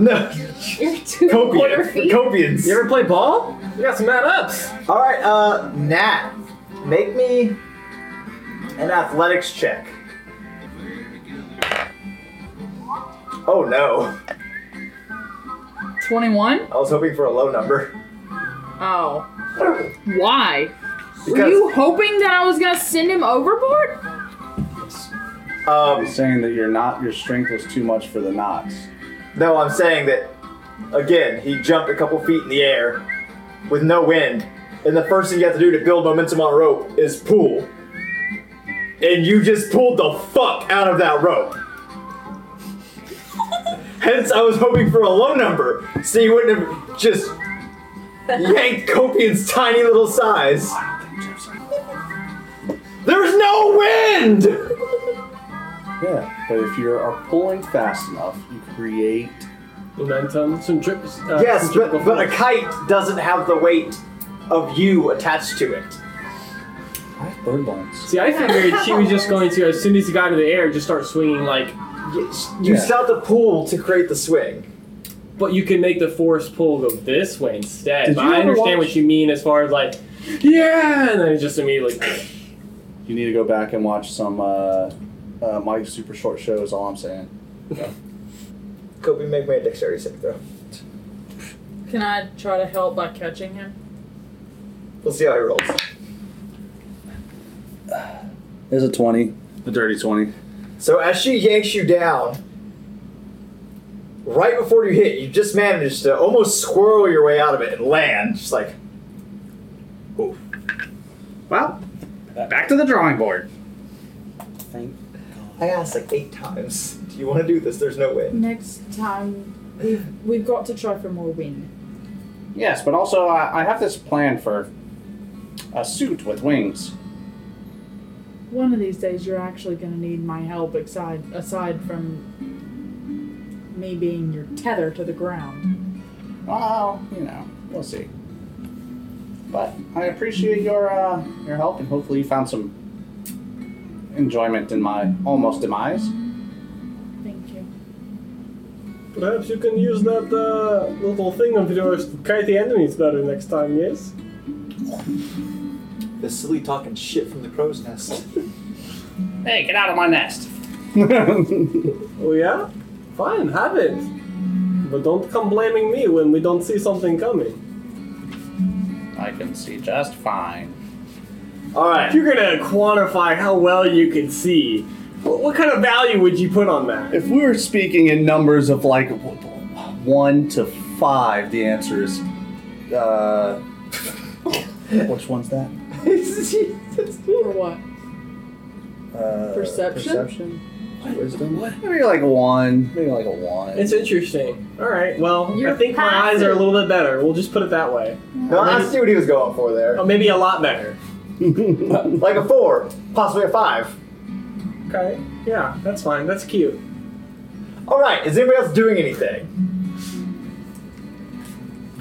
Speaker 7: No,
Speaker 5: You're two quarter
Speaker 7: Copian.
Speaker 5: feet.
Speaker 7: Copians.
Speaker 2: You ever play ball? You got some mad ups.
Speaker 7: All right, uh, Nat, make me an athletics check. Oh no,
Speaker 10: 21?
Speaker 7: I was hoping for a low number.
Speaker 10: Oh. Why? Were
Speaker 7: Because-
Speaker 10: you hoping that I was gonna send him overboard?
Speaker 4: I'm
Speaker 7: Um,
Speaker 4: saying that your knot, your strength was too much for the knots.
Speaker 7: no, I'm saying that again. He jumped a couple feet in the air with no wind, and the first thing you have to do to build momentum on a rope is pull. And you just pulled the fuck out of that rope. Hence, I was hoping for a low number, so you wouldn't have just yanked Copian's tiny little size. There's no wind!
Speaker 4: Yeah. But if you are pulling fast enough, you create.
Speaker 2: Momentum, some drips. Uh,
Speaker 7: Yes,
Speaker 2: some
Speaker 7: but,
Speaker 2: typical
Speaker 7: but a
Speaker 2: force.
Speaker 7: kite doesn't have the weight of you attached to it.
Speaker 4: I have bird bones.
Speaker 2: See, I figured she was just going to, as soon as he got in the air, just start swinging like.
Speaker 7: You
Speaker 4: Yeah.
Speaker 7: still have to pull to create the swing.
Speaker 2: But you can make the force pull go this way instead.
Speaker 4: Did
Speaker 2: but
Speaker 4: you
Speaker 2: I
Speaker 4: ever
Speaker 2: understand
Speaker 4: watch-
Speaker 2: what you mean as far as like, yeah, and then it just immediately.
Speaker 4: You need to go back and watch some uh, uh, Mike's super short show. Is all I'm saying.
Speaker 7: Kobe, make me a dexterity saving throw.
Speaker 10: Can I try to help by catching him?
Speaker 7: We'll see how he rolls.
Speaker 4: Is a twenty. The dirty twenty.
Speaker 7: So as she yanks you down, right before you hit, you just manage to almost squirrel your way out of it and land. Just like, oof.
Speaker 4: Well, back to the drawing board.
Speaker 8: Thank
Speaker 7: I asked like eight times, do you want to do this? There's no way.
Speaker 10: Next time, we've, we've got to try for more wind.
Speaker 4: Yes, but also I, I have this plan for a suit with wings.
Speaker 10: One of these days, you're actually going to need my help aside, aside from me being your tether to the ground.
Speaker 4: Well, you know, we'll see. But I appreciate your uh, your help, and hopefully you found some enjoyment in my almost demise.
Speaker 10: Thank you.
Speaker 2: Perhaps you can use that uh, little thing of yours to kite the enemies better next time, yes?
Speaker 7: The silly talking shit from the crow's nest.
Speaker 4: Hey, get out of my nest!
Speaker 2: Oh, yeah? Fine, have it. But don't come blaming me when we don't see something coming.
Speaker 4: I can see just fine.
Speaker 7: All right.
Speaker 2: You're gonna quantify how well you can see. What, what kind of value would you put on that?
Speaker 4: If we were speaking in numbers of like w- w- one to five, the answer is. Uh, which one's that?
Speaker 10: For what?
Speaker 4: Uh,
Speaker 10: Perception?
Speaker 4: Perception. Wisdom. Maybe like a one. Maybe like a one.
Speaker 2: It's interesting. All right. Well, I
Speaker 10: You're
Speaker 2: think my eyes are a little bit better. We'll just put it that way.
Speaker 7: No, I see what he was going for there.
Speaker 2: Or Uh, maybe a lot better.
Speaker 7: Like a four, possibly a five.
Speaker 2: Okay. Yeah, that's fine. That's cute.
Speaker 7: All right, is anybody else doing anything?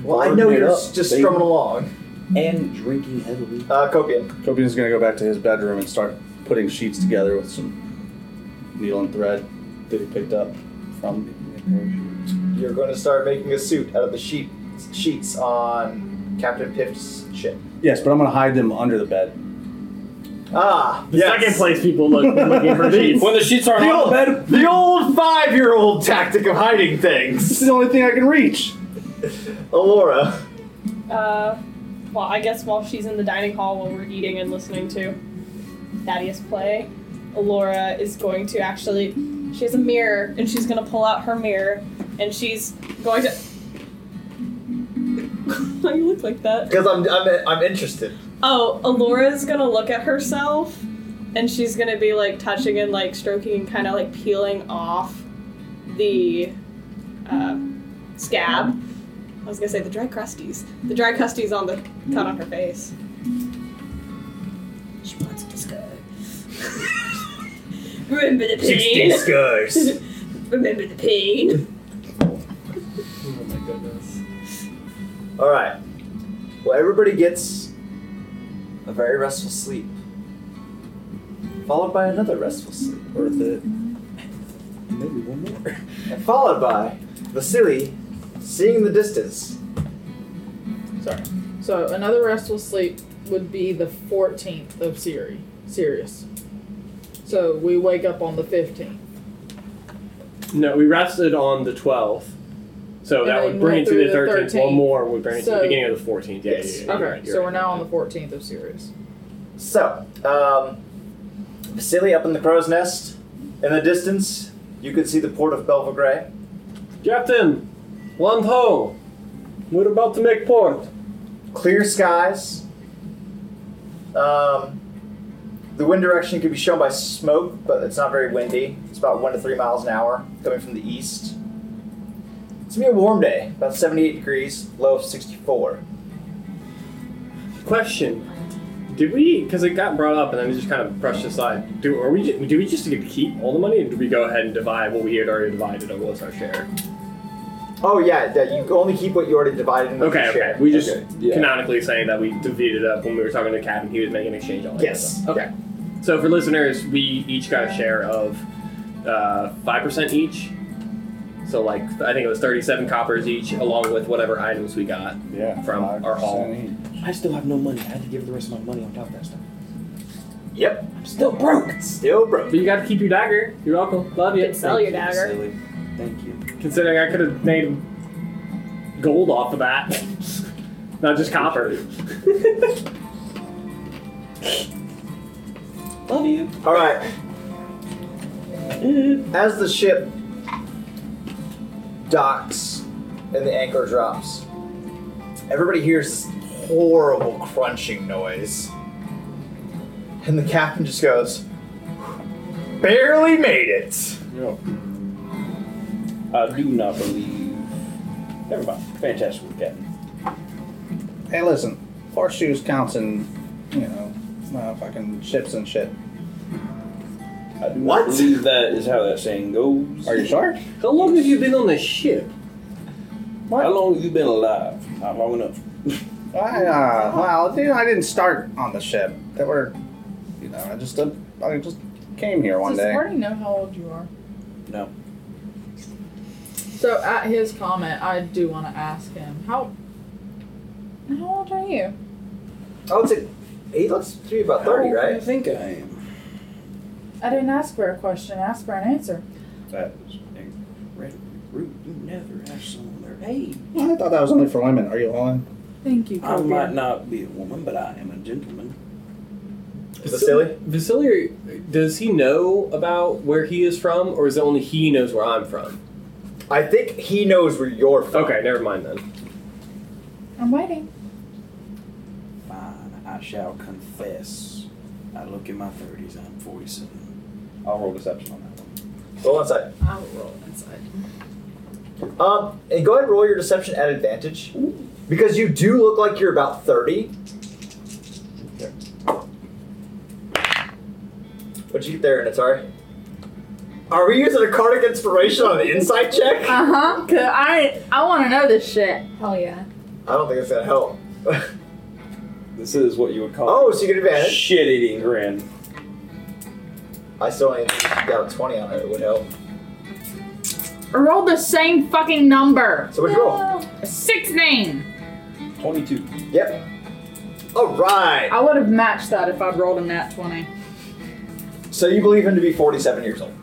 Speaker 7: Well, I know
Speaker 8: Boarding it
Speaker 7: you're
Speaker 8: up,
Speaker 7: s- just
Speaker 8: baby.
Speaker 7: strumming along.
Speaker 8: And drinking heavily.
Speaker 7: Uh, Copian.
Speaker 4: Copian's gonna go back to his bedroom and start putting sheets together with some needle and thread that he picked up from.
Speaker 7: You're going to start making a suit out of the sheet, sheets on Captain Piff's ship.
Speaker 4: Yes, but I'm gonna hide them under the bed.
Speaker 7: Ah,
Speaker 2: The
Speaker 7: yes.
Speaker 2: second place people look looking for sheets.
Speaker 8: When the sheets aren't
Speaker 7: The
Speaker 8: on the
Speaker 7: old,
Speaker 8: bed,
Speaker 7: the old five-year-old tactic of hiding
Speaker 4: This
Speaker 7: things.
Speaker 4: is the only thing I can reach.
Speaker 7: Alora,
Speaker 3: Uh, well, I guess while she's in the dining hall while we're eating and listening to Thaddeus play, Laura is going to actually. She has a mirror and she's going to pull out her mirror and she's going to. Why do you look like that?
Speaker 7: because I'm, I'm I'm interested.
Speaker 3: Oh, Alora's gonna look at herself and she's gonna be like touching and like stroking and kind of like peeling off the uh, scab. I was gonna say the dry crusties. The dry crusties on the cut on her face. She wants disco. Remember the pain.
Speaker 7: discos.
Speaker 3: Remember the pain.
Speaker 2: Oh my goodness.
Speaker 7: All right. Well, everybody gets a very restful sleep, followed by another restful sleep, or the maybe one more, and followed by Vasily seeing the distance.
Speaker 10: Sorry. So another restful sleep would be the 14th of Siri, Sirius. So we wake up on the 15th.
Speaker 2: No, we rested on the 12th. So
Speaker 10: And
Speaker 2: that
Speaker 10: then
Speaker 2: would bring it to
Speaker 10: through
Speaker 2: the
Speaker 10: the
Speaker 2: 13th.
Speaker 10: 13th.
Speaker 2: One more would bring it to
Speaker 10: So-
Speaker 2: the beginning of the 14th. Yeah,
Speaker 7: Yes.
Speaker 2: yeah, yeah,
Speaker 10: Okay,
Speaker 2: you're right, you're
Speaker 10: so
Speaker 2: right.
Speaker 10: we're now on the 14th of Sirius.
Speaker 7: So, um, Vasily up in the crow's nest, in the distance, you could see the port of Belvegre.
Speaker 2: Captain, land ho! We're about to make port.
Speaker 7: Clear skies. Um, the wind direction could be shown by smoke, but it's not very windy. It's about one to three miles an hour coming from the east. It's gonna be a warm day, about 78 degrees, low of 64.
Speaker 2: Question: Did we? Because it got brought up, and then we just kind of brushed aside. Do are we? ju- Do we just get to keep all the money, or do we go ahead and divide what we had already divided? Or what's our share?
Speaker 7: Oh yeah, that you only keep what you already divided. And what
Speaker 2: Okay,
Speaker 7: you share.
Speaker 2: okay. We just
Speaker 7: Okay.
Speaker 8: Yeah.
Speaker 2: canonically saying that we divided up when we were talking to Cap, and he was making exchange on it.
Speaker 7: Yes.
Speaker 2: Okay. So for listeners, we each got a share of uh, five percent each. So like I think it was thirty-seven coppers each, along with whatever items we got.
Speaker 4: Yeah.
Speaker 2: From our hall.
Speaker 4: 5% each.
Speaker 8: I still have no money. I had to give the rest of my money on top of that stuff.
Speaker 7: Yep.
Speaker 8: I'm still broke.
Speaker 7: Still broke.
Speaker 2: But you got to keep your dagger. You're welcome. Love you.
Speaker 3: Could sell your dagger.
Speaker 8: Silly. Thank you.
Speaker 2: Considering I could have made gold off of that, not just copper.
Speaker 8: Love you.
Speaker 7: All right. As the ship docks and the anchor drops, everybody hears this horrible crunching noise, and the captain just goes, "Barely made it."
Speaker 8: No. I do not believe. Never mind. Fantastic, Captain.
Speaker 4: Hey, listen, horseshoes counts in, you know, uh, fucking ships and shit.
Speaker 8: I do
Speaker 7: What?
Speaker 8: not believe that is how that saying goes.
Speaker 4: Are you sure?
Speaker 2: How long have you been on this ship?
Speaker 8: How long have you been alive? Not long enough.
Speaker 4: I, uh, well, dude, I didn't start on the ship. There were, you know, I just, uh, I just came here one
Speaker 10: Does
Speaker 4: day.
Speaker 10: Marty know how old you are?
Speaker 8: No.
Speaker 10: So at his comment, I do want to ask him how. How old are you?
Speaker 7: I would say he looks to be about thirty,
Speaker 8: How old do you
Speaker 7: right?
Speaker 8: think I am.
Speaker 10: I didn't ask for a question. I asked for an answer.
Speaker 8: That was incredibly rude. You never ask someone their age.
Speaker 4: I thought that was only for women. Are you on?
Speaker 10: Thank you.
Speaker 8: I
Speaker 10: Copier.
Speaker 8: might not be a woman, but I am a gentleman.
Speaker 7: Vasily?
Speaker 2: Vasily, does he know about where he is from, or is it only he knows where I'm from?
Speaker 7: I think he knows where you're from.
Speaker 2: Okay, never mind then.
Speaker 10: I'm waiting.
Speaker 8: Fine, I shall confess. I look in my 30s, I'm 47. I'll roll deception on that one.
Speaker 7: Roll inside.
Speaker 10: I will roll inside.
Speaker 7: Um, and go ahead and roll your deception at advantage. Because you do look like you're about 30. What'd you get there, Natari? Are we using a cardiac inspiration on an insight check? I
Speaker 10: Uh huh. Cause I I want to know this shit.
Speaker 5: Hell yeah.
Speaker 7: don't think it's gonna help.
Speaker 8: This is what you would call
Speaker 7: oh, so you get advantage.
Speaker 8: shit eating grin.
Speaker 7: I still only got a 20 on it, it would help.
Speaker 10: Roll the same fucking number.
Speaker 7: So what'd you roll?
Speaker 10: Sixteen.
Speaker 8: 22.
Speaker 7: Yep. Alright.
Speaker 10: I would have matched that if I'd rolled a nat twenty.
Speaker 7: So you believe him to be 47 years old.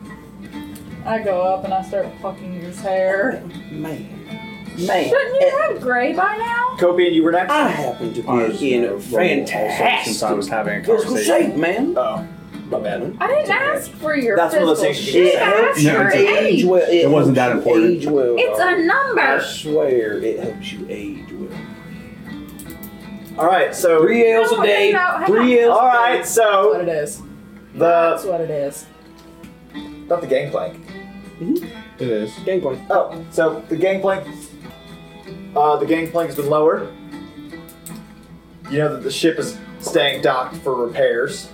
Speaker 10: I go up and I start plucking his hair.
Speaker 8: Er, Man,
Speaker 10: Man. Shouldn't you have gray by now?
Speaker 7: Copian, you were next?
Speaker 8: I happen to be in a
Speaker 4: uh, Since
Speaker 8: fantastic
Speaker 4: I was having a
Speaker 8: physical
Speaker 4: conversation.
Speaker 8: shape, man.
Speaker 7: Oh.
Speaker 8: My bad.
Speaker 10: I didn't ask for your
Speaker 7: That's one of
Speaker 10: physical
Speaker 7: those things you
Speaker 10: shape.
Speaker 7: can
Speaker 10: I asked
Speaker 4: say. No,
Speaker 10: for
Speaker 4: it's
Speaker 10: your
Speaker 4: a-
Speaker 10: age.
Speaker 8: well.
Speaker 4: It wasn't that
Speaker 8: helps you
Speaker 4: important.
Speaker 8: Age well,
Speaker 10: It's a
Speaker 8: dog. I
Speaker 10: number.
Speaker 8: swear it helps you age well.
Speaker 7: Alright, so.
Speaker 8: Three L's
Speaker 10: No,
Speaker 8: a day.
Speaker 10: no, no,
Speaker 8: Three L's a day.
Speaker 7: Alright,
Speaker 10: That's
Speaker 7: so.
Speaker 10: what it is. That's
Speaker 7: The.
Speaker 10: what it is.
Speaker 7: Not the gangplank.
Speaker 4: It is.
Speaker 8: Gangplank.
Speaker 7: Oh, so the gangplank. Uh, the gangplank has been lowered. You know that the ship is staying docked for repairs.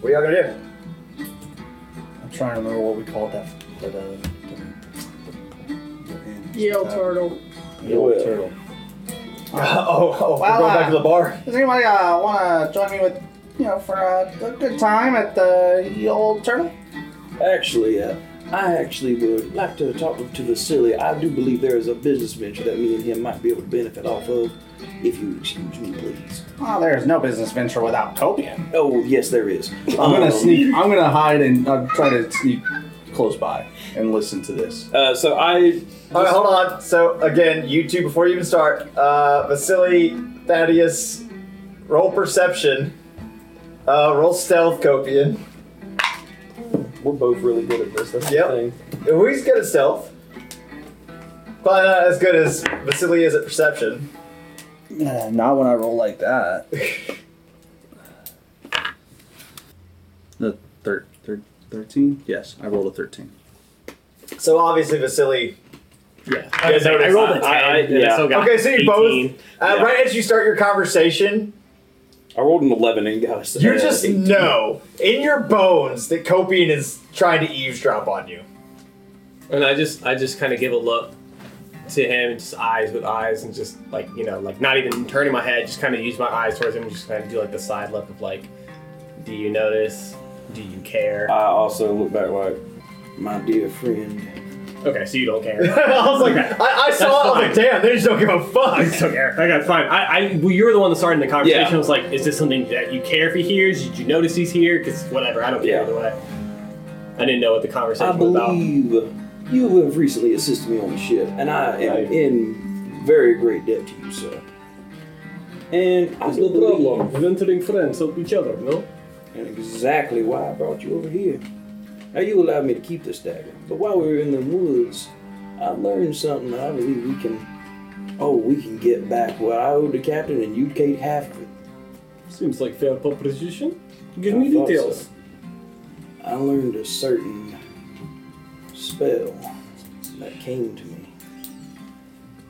Speaker 7: What are y'all gonna do?
Speaker 4: I'm trying to remember what we called that. that, uh,
Speaker 10: Yale turtle.
Speaker 4: the old turtle.
Speaker 7: oh, oh,
Speaker 4: Wow.
Speaker 7: we're going back to the bar.
Speaker 4: Does anybody uh, want to join me with, you know, for a, a good time at the ye old turtle?
Speaker 8: Actually, uh, I actually would like to talk to Vasily. I do believe there is a business venture that me and him might be able to benefit off of. If you excuse me, please.
Speaker 4: Oh, there's no business venture without Topian.
Speaker 8: Oh, yes, there is.
Speaker 4: I'm gonna
Speaker 8: Um,
Speaker 4: sneak. I'm gonna hide and uh, try to sneak close by and listen to this.
Speaker 8: Uh, so I.
Speaker 7: All right, hold on. So again, you two, before you even start, uh, Vasily, Thaddeus, roll perception, uh, roll stealth, Copian.
Speaker 8: We're both really good at this. That's
Speaker 7: Yep.
Speaker 8: the thing.
Speaker 7: Who's good at stealth? Probably not as good as Vasily is at perception.
Speaker 4: Yeah, not when I roll like that. the thir- thir- 13? Yes, I rolled a 13.
Speaker 7: So obviously, Vasily.
Speaker 2: Yeah.
Speaker 7: Yeah, so I rolled a
Speaker 2: I, I,
Speaker 8: 10,
Speaker 2: yeah.
Speaker 8: yeah.
Speaker 2: still got
Speaker 7: Okay, so you both-
Speaker 2: 18.
Speaker 7: Uh,
Speaker 8: Yeah.
Speaker 7: Right as you start your conversation,
Speaker 8: I rolled an 11 and got us.
Speaker 7: you
Speaker 8: uh,
Speaker 7: just
Speaker 8: 18.
Speaker 7: know in your bones that Copian is trying to eavesdrop on you.
Speaker 2: And I just I just kind of give a look to him, and just eyes with eyes, and just like you know, like not even turning my head, just kind of use my eyes towards him, and just kind of do like the side look of like, do you notice? Do you care?
Speaker 8: I also look back like, my dear friend.
Speaker 2: okay, so you don't care.
Speaker 7: I was like,
Speaker 2: Okay.
Speaker 7: I, I saw it. I was like, damn, they just don't give a
Speaker 2: I
Speaker 7: fuck.
Speaker 2: just don't care. Okay, fine. I, I well, you were the one that started the conversation.
Speaker 8: Yeah.
Speaker 2: I was like, is this something that you care if he hears? Did you notice he's here? Because whatever, I don't care
Speaker 8: Yeah.
Speaker 2: either way. I didn't know what the
Speaker 8: I
Speaker 2: conversation was about.
Speaker 8: believe you have recently assisted me on the ship, and I am
Speaker 2: Right.
Speaker 8: in very great debt to you, sir. And I still believe,
Speaker 2: We're entering friends of each other, no?
Speaker 8: and exactly why I brought you over here. Now, you allowed me to keep this dagger, but while we were in the woods, I learned something that I believe we can. Oh, we can get back what I owed the captain, and you'd take half of it.
Speaker 2: Seems like fair proposition. Give
Speaker 8: I me thought details. so. I learned a certain spell that came to me.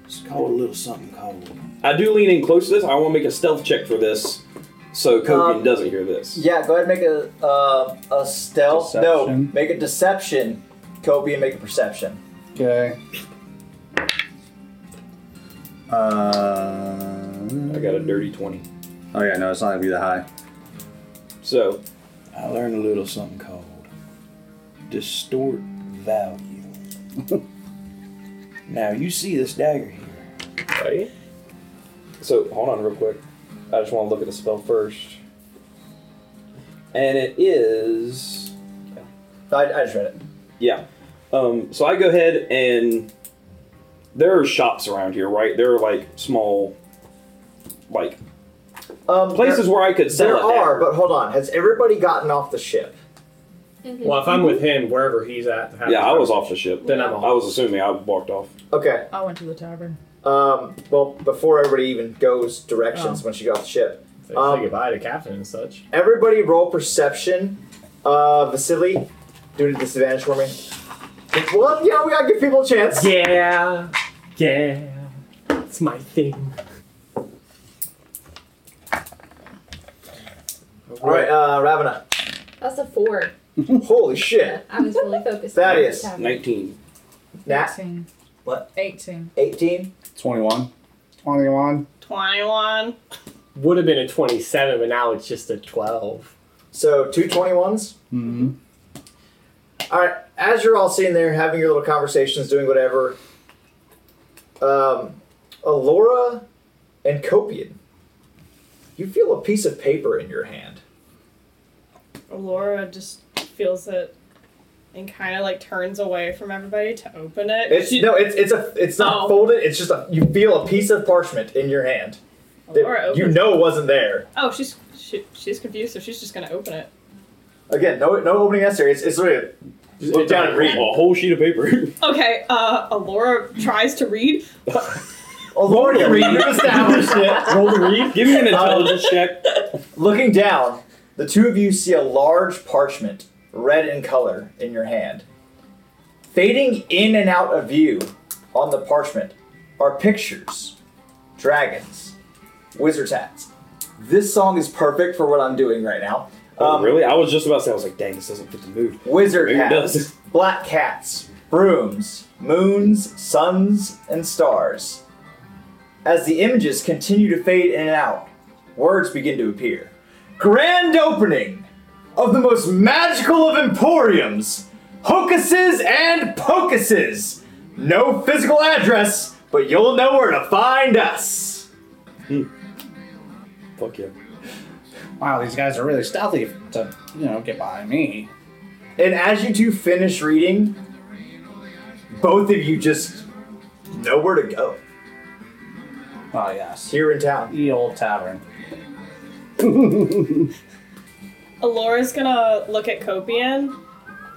Speaker 8: It's called a little something called. I do lean in close to this. I want to make a stealth check for this, so Kogan
Speaker 7: Um,
Speaker 8: doesn't hear this.
Speaker 7: Yeah, go ahead and make a uh, a stealth. No,
Speaker 4: Deception.
Speaker 7: make a deception, Kobe, and make a perception.
Speaker 4: Okay. Uh,
Speaker 8: I got a dirty twenty.
Speaker 4: Oh yeah, no, it's not gonna be that high.
Speaker 8: So, I learned a little something called distort value. now you see this dagger here, right? So hold on real quick. I just want to look at the spell first, and it is
Speaker 7: I, I just read it.
Speaker 8: yeah. Um, so I go ahead and there are shops around here, right? There are like small, like
Speaker 7: Um,
Speaker 8: places where I could
Speaker 7: There, there
Speaker 8: sell. a dagger.
Speaker 7: are, but hold on. Has everybody gotten off the ship?
Speaker 5: Mm-hmm.
Speaker 2: Well, if I'm with him, wherever he's at, to have
Speaker 8: yeah,
Speaker 2: the
Speaker 8: I was
Speaker 2: conversation,
Speaker 8: off the ship.
Speaker 2: Then I'm
Speaker 8: I
Speaker 2: off.
Speaker 8: was assuming I walked off.
Speaker 7: Okay.
Speaker 10: I went to the tavern.
Speaker 7: Um, well, before everybody even goes directions once you got the ship,
Speaker 2: Say,
Speaker 7: Um,
Speaker 2: say goodbye to Captain and such.
Speaker 7: everybody roll perception. Uh, Vasily, do it at disadvantage for me. Well, you know, we gotta give people a chance.
Speaker 2: Yeah, yeah, it's my thing.
Speaker 7: All right, uh, Ravana.
Speaker 5: That's a four.
Speaker 7: Holy shit.
Speaker 5: I was really focused.
Speaker 7: Thaddeus.
Speaker 5: on the
Speaker 8: Nineteen.
Speaker 7: Nat,
Speaker 10: 18.
Speaker 7: What?
Speaker 10: 18.
Speaker 7: 18.
Speaker 4: 21. 21.
Speaker 3: 21.
Speaker 2: Would have been a 27, but now it's just a 12.
Speaker 7: So two 21s.
Speaker 4: Mm-hmm.
Speaker 7: All right, as you're all sitting there having your little conversations, doing whatever, um, Alora and Copian, you feel a piece of paper in your hand.
Speaker 3: Laura just feels it and kind of like turns away from everybody to open it.
Speaker 7: It's no, it's it's a it's not
Speaker 3: Oh.
Speaker 7: folded. It's just a you feel a piece of parchment in your hand
Speaker 3: Laura
Speaker 7: that
Speaker 3: opens
Speaker 7: you know wasn't there.
Speaker 3: Oh, she's she, she's confused, so she's just gonna open it.
Speaker 7: Again, no no opening necessary. It's it's really
Speaker 8: Just
Speaker 7: look down and
Speaker 8: A
Speaker 7: read.
Speaker 8: whole sheet of paper.
Speaker 3: Okay, uh, Alora tries to read.
Speaker 7: Alora, you read. You've established it.
Speaker 8: Roll the read. Give me an
Speaker 7: intelligence
Speaker 8: intelligence check.
Speaker 7: um, Looking down, the two of you see a large parchment, red in color, in your hand. Fading in and out of view on the parchment are pictures, dragons, wizard's hats. This song is perfect for what I'm doing right now.
Speaker 8: Oh,
Speaker 7: Um,
Speaker 8: really? I was just about to say. I was like, dang, this doesn't fit the mood.
Speaker 7: Wizard
Speaker 8: Maybe it
Speaker 7: hats,
Speaker 8: does.
Speaker 7: black cats, brooms, moons, suns, and stars. As the images continue to fade in and out, words begin to appear. Grand opening of the most magical of emporiums, hocuses and pocuses. No physical address, but you'll know where to find us.
Speaker 8: Fuck yeah.
Speaker 4: Wow, these guys are really stealthy to, you know, get by me.
Speaker 7: And as you two finish reading, both of you just know where to go
Speaker 4: Oh, yes.
Speaker 7: here in town.
Speaker 4: The old tavern.
Speaker 3: Alora's gonna look at Copian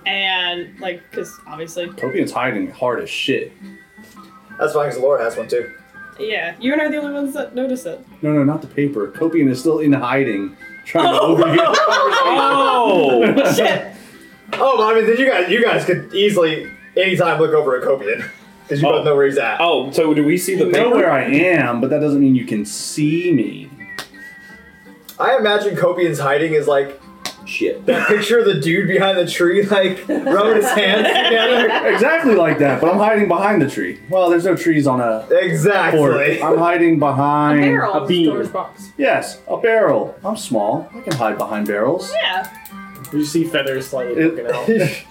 Speaker 3: and, like, because obviously,
Speaker 4: Copian's hiding hard as shit.
Speaker 7: That's fine because Laura has one too.
Speaker 3: yeah, you and I are the only ones that notice it.
Speaker 4: No, no, not the paper. Copian is still in hiding, trying to overhear.
Speaker 8: Oh!
Speaker 3: Shit!
Speaker 7: Oh, well, I mean, then you guys, you guys could easily anytime look over at Copian because you
Speaker 8: Oh.
Speaker 7: both know where he's at.
Speaker 8: Oh, so do we see the
Speaker 4: You know where
Speaker 8: paper?
Speaker 4: I am, but that doesn't mean you can see me.
Speaker 7: I imagine Copian's hiding is like
Speaker 8: Shit.
Speaker 7: that picture of the dude behind the tree, like rubbing his hands together.
Speaker 4: Exactly like that, but I'm hiding behind the tree. Well, there's no trees on a
Speaker 7: Exactly.
Speaker 4: fork. I'm hiding behind.
Speaker 3: Barrel.
Speaker 8: A beam.
Speaker 6: Storage box.
Speaker 4: Yes, a barrel. I'm small. I can hide behind barrels.
Speaker 3: Yeah.
Speaker 2: You see feathers slightly
Speaker 4: It-
Speaker 2: poking out.
Speaker 7: you, see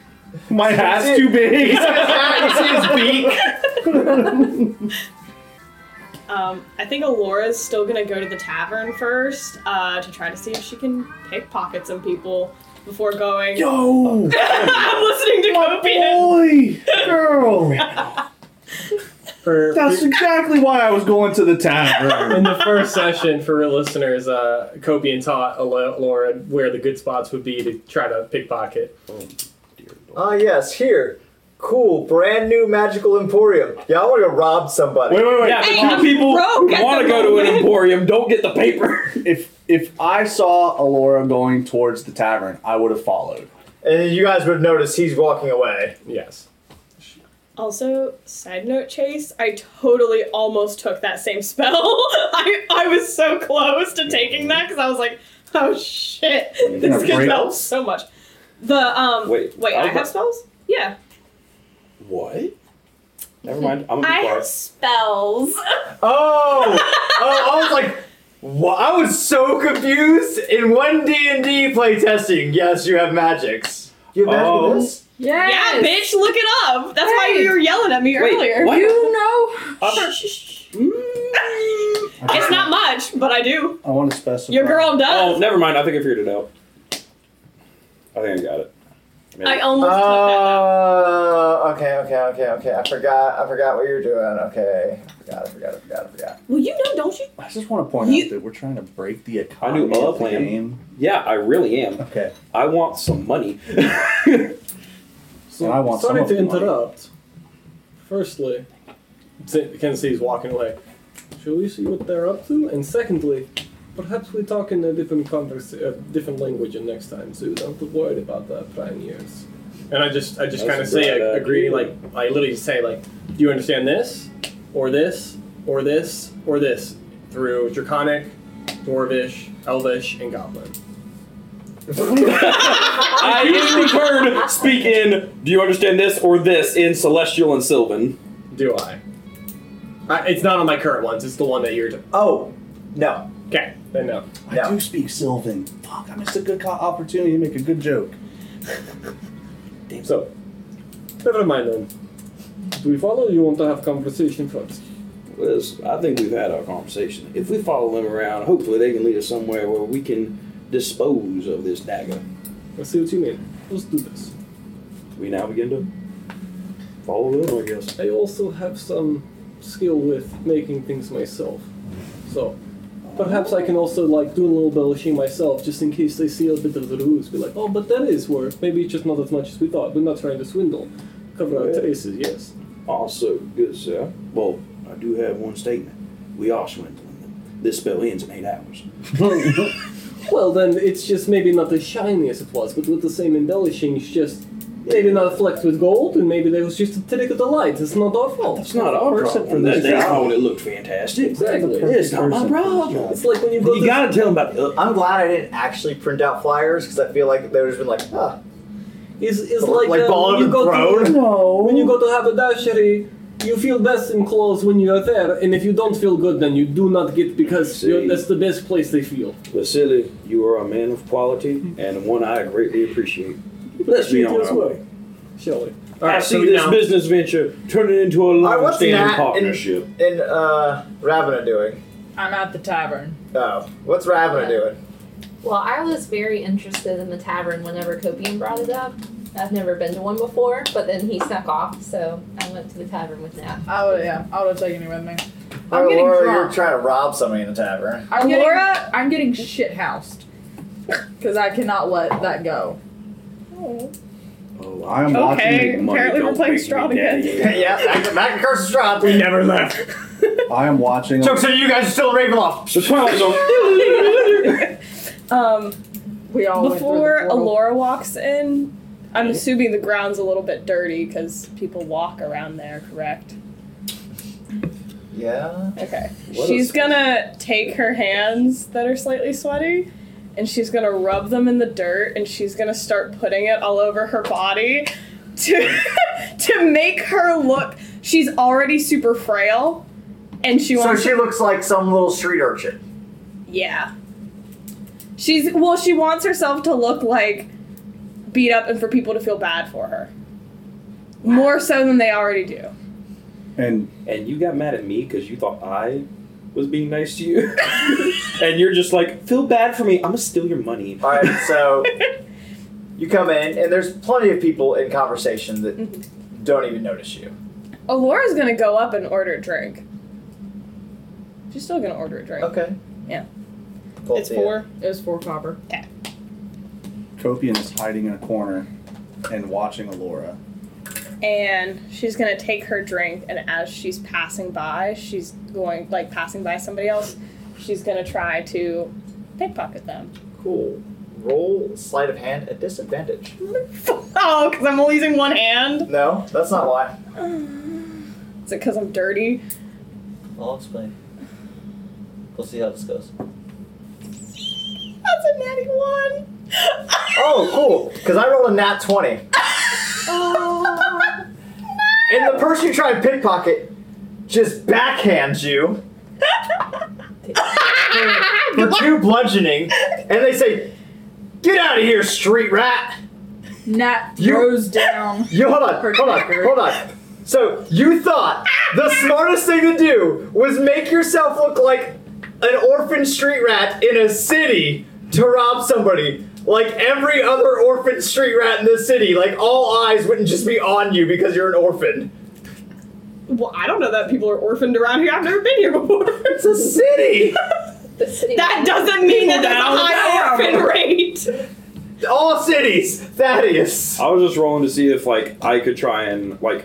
Speaker 4: My hat's too big.
Speaker 7: his hat, you see his beak.
Speaker 3: Um, I think Alora's still gonna go to the tavern first uh, to try to see if she can pickpocket some people before going.
Speaker 4: Yo,
Speaker 3: I'm listening to Copian!
Speaker 4: holy girl.
Speaker 2: For,
Speaker 4: That's exactly why I was going to the tavern.
Speaker 2: in the first session, for real listeners, uh, Copian taught Alo- Laura where the good spots would be to try to pickpocket.
Speaker 7: Ah, yes, here. Cool, brand new magical emporium. Y'all want to go rob somebody?
Speaker 4: Wait, wait, wait.
Speaker 8: Yeah, but
Speaker 3: Hey,
Speaker 8: you
Speaker 3: I'm
Speaker 8: people
Speaker 3: broke at
Speaker 8: who want to
Speaker 3: the
Speaker 8: go to an
Speaker 3: moment.
Speaker 8: emporium don't get the paper.
Speaker 4: If if I saw Alora going towards the tavern, I would have followed.
Speaker 7: And then you guys would notice he's walking away.
Speaker 2: Yes.
Speaker 3: Also, side note, Chase, I totally almost took that same spell. I, I was so close to taking that because I was like, oh shit,
Speaker 4: gonna
Speaker 3: this could
Speaker 4: break-
Speaker 3: help so much. The um,
Speaker 8: Wait,
Speaker 3: wait, wait,
Speaker 8: I
Speaker 3: I,
Speaker 8: was-
Speaker 3: have spells. Yeah,
Speaker 8: What? Never mind. I'm gonna be
Speaker 5: I have
Speaker 8: quiet.
Speaker 5: spells.
Speaker 7: Oh, oh! I was like, wha- I was so confused. In one D and D playtesting, yes, you have magics. You have magic with
Speaker 8: Oh.
Speaker 7: this?
Speaker 3: yeah,
Speaker 6: Yes.
Speaker 3: bitch, look it up. That's why
Speaker 6: Hey.
Speaker 3: you were yelling at me
Speaker 8: Wait,
Speaker 3: earlier.
Speaker 8: what?
Speaker 6: You know.
Speaker 8: Upper-
Speaker 3: It's not much, but I do.
Speaker 4: I want to specify.
Speaker 3: Your girl
Speaker 8: Oh,
Speaker 3: does.
Speaker 8: never mind. I think I figured it out. I think I got it. Maybe.
Speaker 3: I um, almost took
Speaker 7: Oh, okay, okay, okay, okay. I forgot. I forgot what you were doing. Okay, I forgot. I forgot. I forgot. I forgot.
Speaker 3: that. Well, you know, don't you?
Speaker 4: I just want to point
Speaker 3: You-
Speaker 4: out that we're trying to break the
Speaker 8: I knew
Speaker 4: economy of the
Speaker 8: Upland.
Speaker 4: game.
Speaker 8: yeah, I really am.
Speaker 4: Okay.
Speaker 8: I want some money.
Speaker 4: And I want some
Speaker 2: Sorry
Speaker 4: of
Speaker 2: to
Speaker 4: the money.
Speaker 2: interrupt. Firstly, Ken Kennedy's walking away. Shall we see what they're up to? And secondly, perhaps we talk in a different context, uh, different language next time, so you don't have to worry about the pioneers. And I just, I just
Speaker 8: That's
Speaker 2: kind
Speaker 8: a
Speaker 2: of say,
Speaker 8: good
Speaker 2: I agree. Like,
Speaker 8: idea.
Speaker 2: I literally say, like, do you understand this, or this, or this, or this, through Draconic, Dwarvish, Elvish, and Goblin.
Speaker 8: I usually heard speak in. Do you understand this or this in Celestial and Sylvan?
Speaker 2: Do I? I? It's not on my current ones. It's the one that you're. T-
Speaker 7: Oh, no.
Speaker 2: okay, then no.
Speaker 4: I
Speaker 7: Yeah.
Speaker 4: do speak Sylvan. Fuck, I missed a good co- opportunity to make a good joke.
Speaker 2: So, never mind then. Do we follow? You want to have conversation first?
Speaker 8: Liz, I think we've had our conversation. If we follow them around, hopefully they can lead us somewhere where we can dispose of this dagger.
Speaker 2: Let's see what you mean. Let's do this.
Speaker 8: We now begin to follow them, I guess.
Speaker 2: I also have some skill with making things myself, so perhaps I can also like do a little polishing myself, just in case they see a bit of the ruse. Be like, oh, but that is worth. Maybe it's just not as much as we thought. We're not trying to swindle. Cover our
Speaker 8: Yeah.
Speaker 2: traces, yes.
Speaker 8: Also, good sir. Well, I do have one statement. We are swindling them. This spell ends in eight hours.
Speaker 2: Well, then it's just maybe not as shiny as it was, but with the same embellishing, it's just maybe not flecked with gold, and maybe there was just a trick of the light. It's not our fault.
Speaker 8: It's not our
Speaker 4: Person
Speaker 8: problem.
Speaker 4: for
Speaker 8: That
Speaker 4: this
Speaker 8: they
Speaker 4: job.
Speaker 8: thought it looked fantastic.
Speaker 2: Exactly.
Speaker 8: It's
Speaker 4: Person
Speaker 8: not my
Speaker 4: for this job.
Speaker 8: problem.
Speaker 2: It's like when you go
Speaker 8: You
Speaker 2: to
Speaker 8: gotta tell them about Uh, the
Speaker 7: I'm glad I didn't actually print out flyers because I feel like they would have been like, huh.
Speaker 2: is is
Speaker 7: Like
Speaker 2: like, uh,
Speaker 7: Ball
Speaker 2: when you
Speaker 7: and
Speaker 2: go
Speaker 7: Throne?
Speaker 2: to
Speaker 4: No.
Speaker 2: when you go to haberdashery You feel best in clothes when you are there, and if you don't feel good, then you do not get because you're,
Speaker 8: See.
Speaker 2: that's the best place they feel.
Speaker 8: Vasily, you are a man of quality and one I greatly appreciate. Let's be on our way.
Speaker 2: Shall we?
Speaker 8: I see this business venture turning into a
Speaker 7: Alright, what's
Speaker 8: long-standing
Speaker 7: Nat
Speaker 8: partnership.
Speaker 7: and uh, Ravana doing?
Speaker 10: I'm at the tavern.
Speaker 7: Oh, what's Ravana doing?
Speaker 5: Well, I was very interested in the tavern whenever Copian brought it up. I've never been to one before, but then he snuck off, so I went to the tavern with Nat.
Speaker 10: I would, yeah, I would have taken it with me. I'm
Speaker 7: Alright,
Speaker 10: getting
Speaker 7: Laura,
Speaker 10: drunk.
Speaker 7: you're trying to rob somebody in the tavern.
Speaker 10: I'm getting,
Speaker 6: Laura-
Speaker 10: I'm getting shit housed because I cannot let that go.
Speaker 8: Oh,
Speaker 4: I'm watching.
Speaker 8: Make
Speaker 3: Okay.
Speaker 8: money,
Speaker 3: Apparently we're
Speaker 8: don't
Speaker 3: playing
Speaker 8: make me
Speaker 3: Strahd
Speaker 8: daddy.
Speaker 7: yeah, back to, back to Curse of Strahd. We never left.
Speaker 4: I am watching.
Speaker 7: Jokes on you guys are still in Ravenloft.
Speaker 8: The Twilight Zone.
Speaker 3: Um,
Speaker 10: We all
Speaker 3: before
Speaker 10: went through the portal.
Speaker 3: Alora walks in, I'm assuming the ground's a little bit dirty because people walk around there, correct?
Speaker 7: Yeah.
Speaker 3: Okay.
Speaker 8: What
Speaker 3: she's
Speaker 8: is-
Speaker 3: gonna take her hands that are slightly sweaty and she's gonna rub them in the dirt and she's gonna start putting it all over her body to to make her look she's already super frail and she
Speaker 7: So
Speaker 3: wants
Speaker 7: she looks like some little street urchin.
Speaker 3: yeah. She's well, she wants herself to look like beat up and for people to feel bad for her. More so than they already do.
Speaker 4: And
Speaker 8: and you got mad at me because you thought I was being nice to you. and you're just like, feel bad for me. I'm gonna steal your money.
Speaker 7: All right, so you come in, and there's plenty of people in conversation that don't even notice you.
Speaker 3: Alora's gonna go up and order a drink. She's still gonna order a drink.
Speaker 7: Okay.
Speaker 3: Yeah.
Speaker 7: Cool
Speaker 3: it's
Speaker 7: to you.
Speaker 3: four.
Speaker 10: It was four copper.
Speaker 4: Copian is hiding in a corner and watching Alora.
Speaker 3: And she's gonna take her drink, and as she's passing by, she's going, like, passing by somebody else, she's gonna try to pickpocket them.
Speaker 7: Cool. Roll sleight of hand at disadvantage.
Speaker 3: oh, because I'm only using one hand?
Speaker 7: No, that's not why.
Speaker 3: Is it because I'm dirty?
Speaker 7: I'll explain. We'll see how this goes.
Speaker 3: That's a natty one!
Speaker 7: Oh, cool. Because I rolled a nat 20. And the person you try to pickpocket just backhands you for two bludgeoning, and they say, Get out of here, street rat!
Speaker 10: Nat
Speaker 7: You-
Speaker 10: throws down.
Speaker 7: You hold on, hold on, hold on. So you thought the smartest thing to do was make yourself look like an orphan street rat in a city to rob somebody. Like every other orphan street rat in this city, like all eyes wouldn't just be on you because you're an orphan.
Speaker 3: Well, I don't know that people are orphaned around here. I've never been here before.
Speaker 7: It's a city.
Speaker 5: The city
Speaker 3: that doesn't mean that there's a high orphan rate!
Speaker 7: All cities, Thaddeus.
Speaker 8: I was just rolling to see if like I could try and like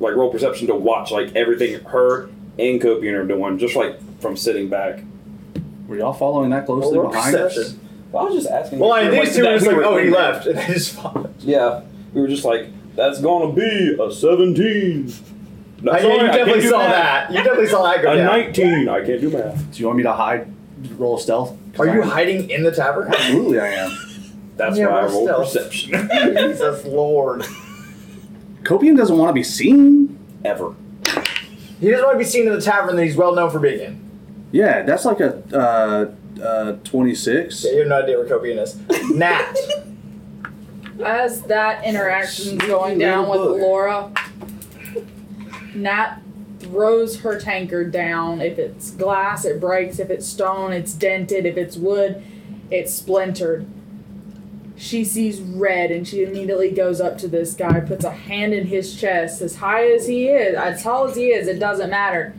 Speaker 8: like roll perception to watch like everything her and Copian are doing, just like from sitting back.
Speaker 4: Were y'all following that closely
Speaker 7: Or
Speaker 4: behind us?
Speaker 7: perception.
Speaker 8: Well, I was just asking.
Speaker 7: Well,
Speaker 8: if
Speaker 7: I
Speaker 8: there
Speaker 7: these two
Speaker 8: that
Speaker 7: were just
Speaker 8: we
Speaker 7: like,
Speaker 8: were
Speaker 7: oh, he
Speaker 8: thinking.
Speaker 7: left, and they just followed.
Speaker 8: Yeah, we were just like, that's gonna be a seventeen.
Speaker 7: I,
Speaker 8: That's
Speaker 7: Oh, yeah,
Speaker 8: all
Speaker 7: you
Speaker 8: right, I can't
Speaker 7: definitely
Speaker 8: do
Speaker 7: saw
Speaker 8: math.
Speaker 7: that. You definitely saw that go
Speaker 8: A
Speaker 7: down.
Speaker 8: nineteen. I can't do math.
Speaker 4: Do you want me to hide, roll stealth?
Speaker 7: Are you hiding in the tavern?
Speaker 4: Absolutely, I am.
Speaker 8: That's
Speaker 7: Yeah,
Speaker 8: why I
Speaker 7: we're
Speaker 8: rolled
Speaker 7: stealth.
Speaker 8: perception.
Speaker 7: Jesus Lord.
Speaker 4: Copian doesn't want to be seen.
Speaker 8: Ever.
Speaker 7: He doesn't want to be seen in the tavern that he's well known for being in.
Speaker 4: Yeah, that's like a uh, uh, 26.
Speaker 7: Yeah, you have no idea where Copian is. Nat.
Speaker 10: As that interaction's going down with
Speaker 4: Sneaky
Speaker 10: Laura, Nat throws her tankard down. If it's glass, it breaks. If it's stone, it's dented. If it's wood, it's splintered. She sees red and she immediately goes up to this guy, puts a hand in his chest, as high as he is, as tall as he is, it doesn't matter.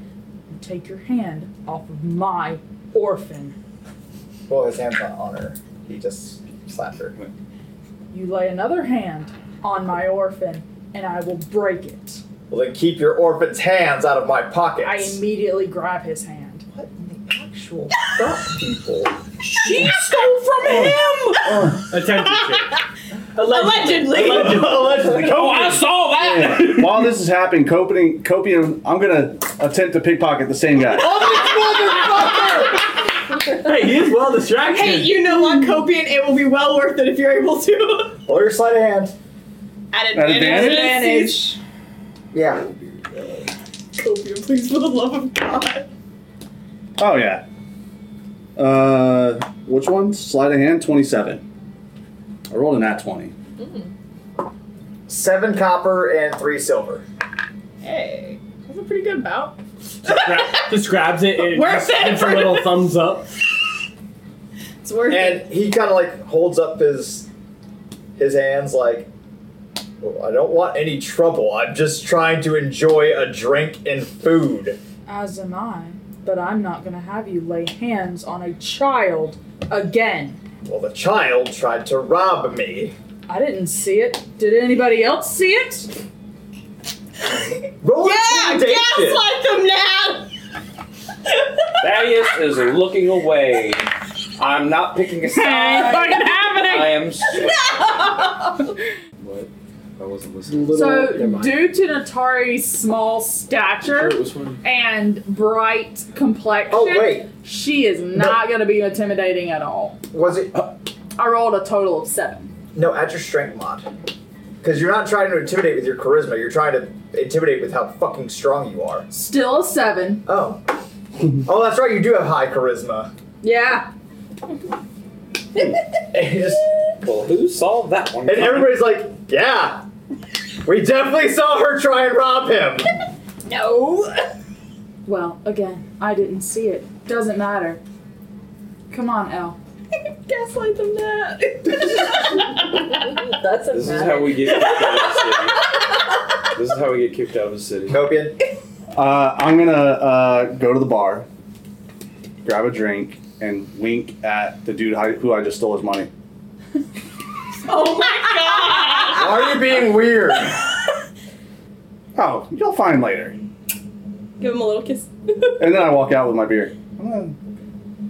Speaker 10: Take your hand off of my orphan.
Speaker 7: Well, his hand's not on her. He just slapped her.
Speaker 10: You lay another hand on my orphan, and I will break it.
Speaker 7: Well, then keep your orphan's hands out of my pockets.
Speaker 10: I immediately grab his hand.
Speaker 7: What in the actual fuck, people?
Speaker 3: She stole from him!
Speaker 2: Attempted to.
Speaker 3: Allegedly!
Speaker 7: Allegedly.
Speaker 8: Oh, I saw that.
Speaker 4: While this is happening, Copian, Copian, I'm gonna attempt to pickpocket the same guy.
Speaker 8: Oh.
Speaker 2: hey, he is well distracted.
Speaker 3: Hey, you know what, Copian? It will be well worth it if you're able to.
Speaker 7: Roll your sleight of hand.
Speaker 3: At
Speaker 4: advantage?
Speaker 3: advantage.
Speaker 7: Yeah.
Speaker 10: please, for the love of God.
Speaker 4: Oh yeah. Uh, which one? Sleight of hand, twenty-seven. I rolled a nat twenty.
Speaker 7: Seven copper and three silver.
Speaker 10: Hey, that's a pretty good bout.
Speaker 2: Just, gra- just grabs it and
Speaker 10: Worth
Speaker 2: just
Speaker 10: it
Speaker 2: gives a
Speaker 10: for-
Speaker 2: little thumbs up.
Speaker 10: It's worth it.
Speaker 7: And he kind of like holds up his his hands like, "Oh, I don't want any trouble. I'm just trying to enjoy a drink and food.
Speaker 10: As am I, but I'm not gonna have you lay hands on a child again.
Speaker 7: Well, the child tried to rob me.
Speaker 10: I didn't see it. Did anybody else see it?
Speaker 7: Roll intimidation.
Speaker 10: them now.
Speaker 8: Thaddeus is looking away. I'm not picking a side.
Speaker 10: fucking
Speaker 8: I
Speaker 10: happening.
Speaker 8: am. What? I wasn't listening.
Speaker 2: Never
Speaker 10: So,
Speaker 2: mind.
Speaker 10: due to Natari's small
Speaker 8: Sure,
Speaker 10: stature
Speaker 8: it was funny.
Speaker 10: and bright complexion,
Speaker 7: Oh wait,
Speaker 10: she is not going to be intimidating at all.
Speaker 7: was it?
Speaker 10: I rolled a total of seven.
Speaker 7: No, add your strength mod. Because you're not trying to intimidate with your charisma. You're trying to intimidate with how fucking strong you are.
Speaker 10: Still a seven.
Speaker 7: Oh. oh, that's right. You do have high charisma.
Speaker 10: Yeah.
Speaker 7: And, you just,
Speaker 8: Well, who solved that one?
Speaker 7: and everybody's like, yeah. We definitely saw her try and rob him.
Speaker 10: No. Well, again, I didn't see it. Doesn't matter. Come on, Elle.
Speaker 6: Gaslight them now.
Speaker 3: That's a
Speaker 8: This is how we get kicked out of the city. This is how we get kicked out of the city.
Speaker 7: Copian.
Speaker 4: Uh, I'm gonna uh, go to the bar, grab a drink, and wink at the dude hi- who I just stole his money.
Speaker 7: Why are you being weird?
Speaker 4: Oh, you'll find later.
Speaker 3: Give him a little kiss.
Speaker 4: And then I walk out with my beer.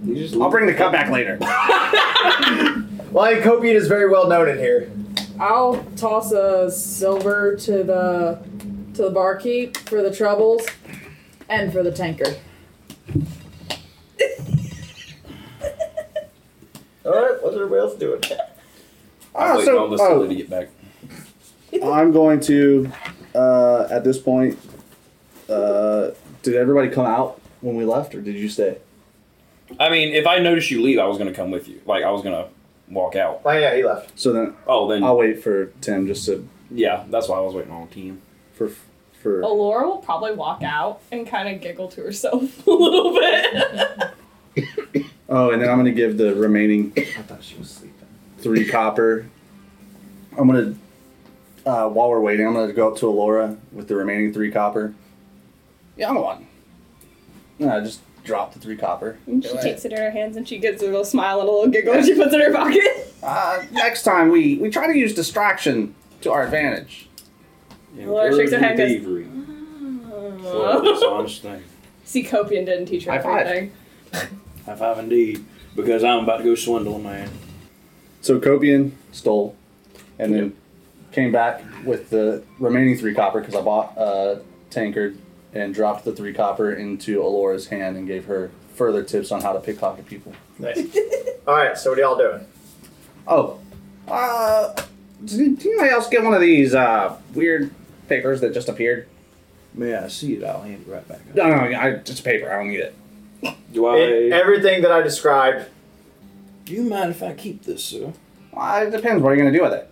Speaker 8: You just
Speaker 4: I'll bring the cup back later.
Speaker 7: Lion Copian is very well known in here.
Speaker 10: I'll toss a silver to the to the barkeep for the troubles and for the tanker.
Speaker 7: All right, what's everybody else doing?
Speaker 8: I'm
Speaker 4: Ah,
Speaker 8: waiting
Speaker 4: so-
Speaker 8: on this
Speaker 4: oh.
Speaker 8: to get back.
Speaker 4: I'm going to, uh, at this point, uh, did everybody come out when we left, or did you stay?
Speaker 8: I mean, if I noticed you leave, I was gonna come with you. Like I was gonna walk out.
Speaker 7: Oh, yeah, he left.
Speaker 4: So then
Speaker 8: Oh, then
Speaker 4: I'll wait for Tim just to
Speaker 8: yeah, that's why I was waiting on team.
Speaker 4: for for.
Speaker 3: Alora will probably walk out and kind of giggle to herself a little bit.
Speaker 4: Oh, and then I'm gonna give the remaining
Speaker 7: I thought she was sleeping.
Speaker 4: three copper. I'm gonna, uh, while we're waiting, I'm gonna go up to Alora with the remaining three copper. Yeah, I'm one. And I just drop the three copper.
Speaker 3: And she takes it in her hands and she gives a little smile and a little giggle and she puts it in her pocket.
Speaker 4: Uh, next time we we try to use distraction to our advantage.
Speaker 3: Laura shakes her head and goes,
Speaker 8: Thievery. Well,
Speaker 3: Oh.
Speaker 8: it's an honest thing.
Speaker 3: See, Copian didn't teach her
Speaker 4: High five.
Speaker 3: anything.
Speaker 8: High five indeed, because I'm about to go swindle a man.
Speaker 4: So Copian stole, and then came back with the remaining three copper because I bought a tankard and dropped the three copper into Alora's hand and gave her further tips on how to pickpocket people.
Speaker 2: Nice.
Speaker 7: All right, so what are y'all doing?
Speaker 4: Oh, uh, did did anybody else get one of these uh, weird papers that just appeared?
Speaker 8: May I see it? I'll hand it right back.
Speaker 4: No, no, I, it's a paper. I don't need it.
Speaker 8: Do I?
Speaker 7: It- everything that I described.
Speaker 8: do you mind if I keep this, sir?
Speaker 4: Well, Uh, it depends. What are you gonna do with it?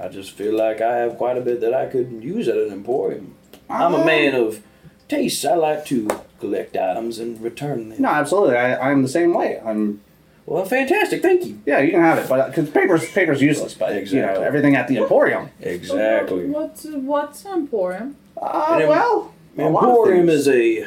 Speaker 8: I just feel like I have quite a bit that I could use at an emporium. I'm
Speaker 4: Uh, Uh-huh.
Speaker 8: a man of taste. I like to collect items and return them.
Speaker 4: No, absolutely. I, I'm the same way. I'm
Speaker 8: Well, fantastic. Thank you.
Speaker 4: Yeah, you can have it, but because paper's paper's useless, but you
Speaker 8: Exactly.
Speaker 4: know everything at the Emporium.
Speaker 8: Exactly.
Speaker 10: Oh, What's what's Emporium?
Speaker 4: Uh,
Speaker 8: And it-
Speaker 4: well, a lot of
Speaker 8: Emporium
Speaker 4: things.
Speaker 8: is a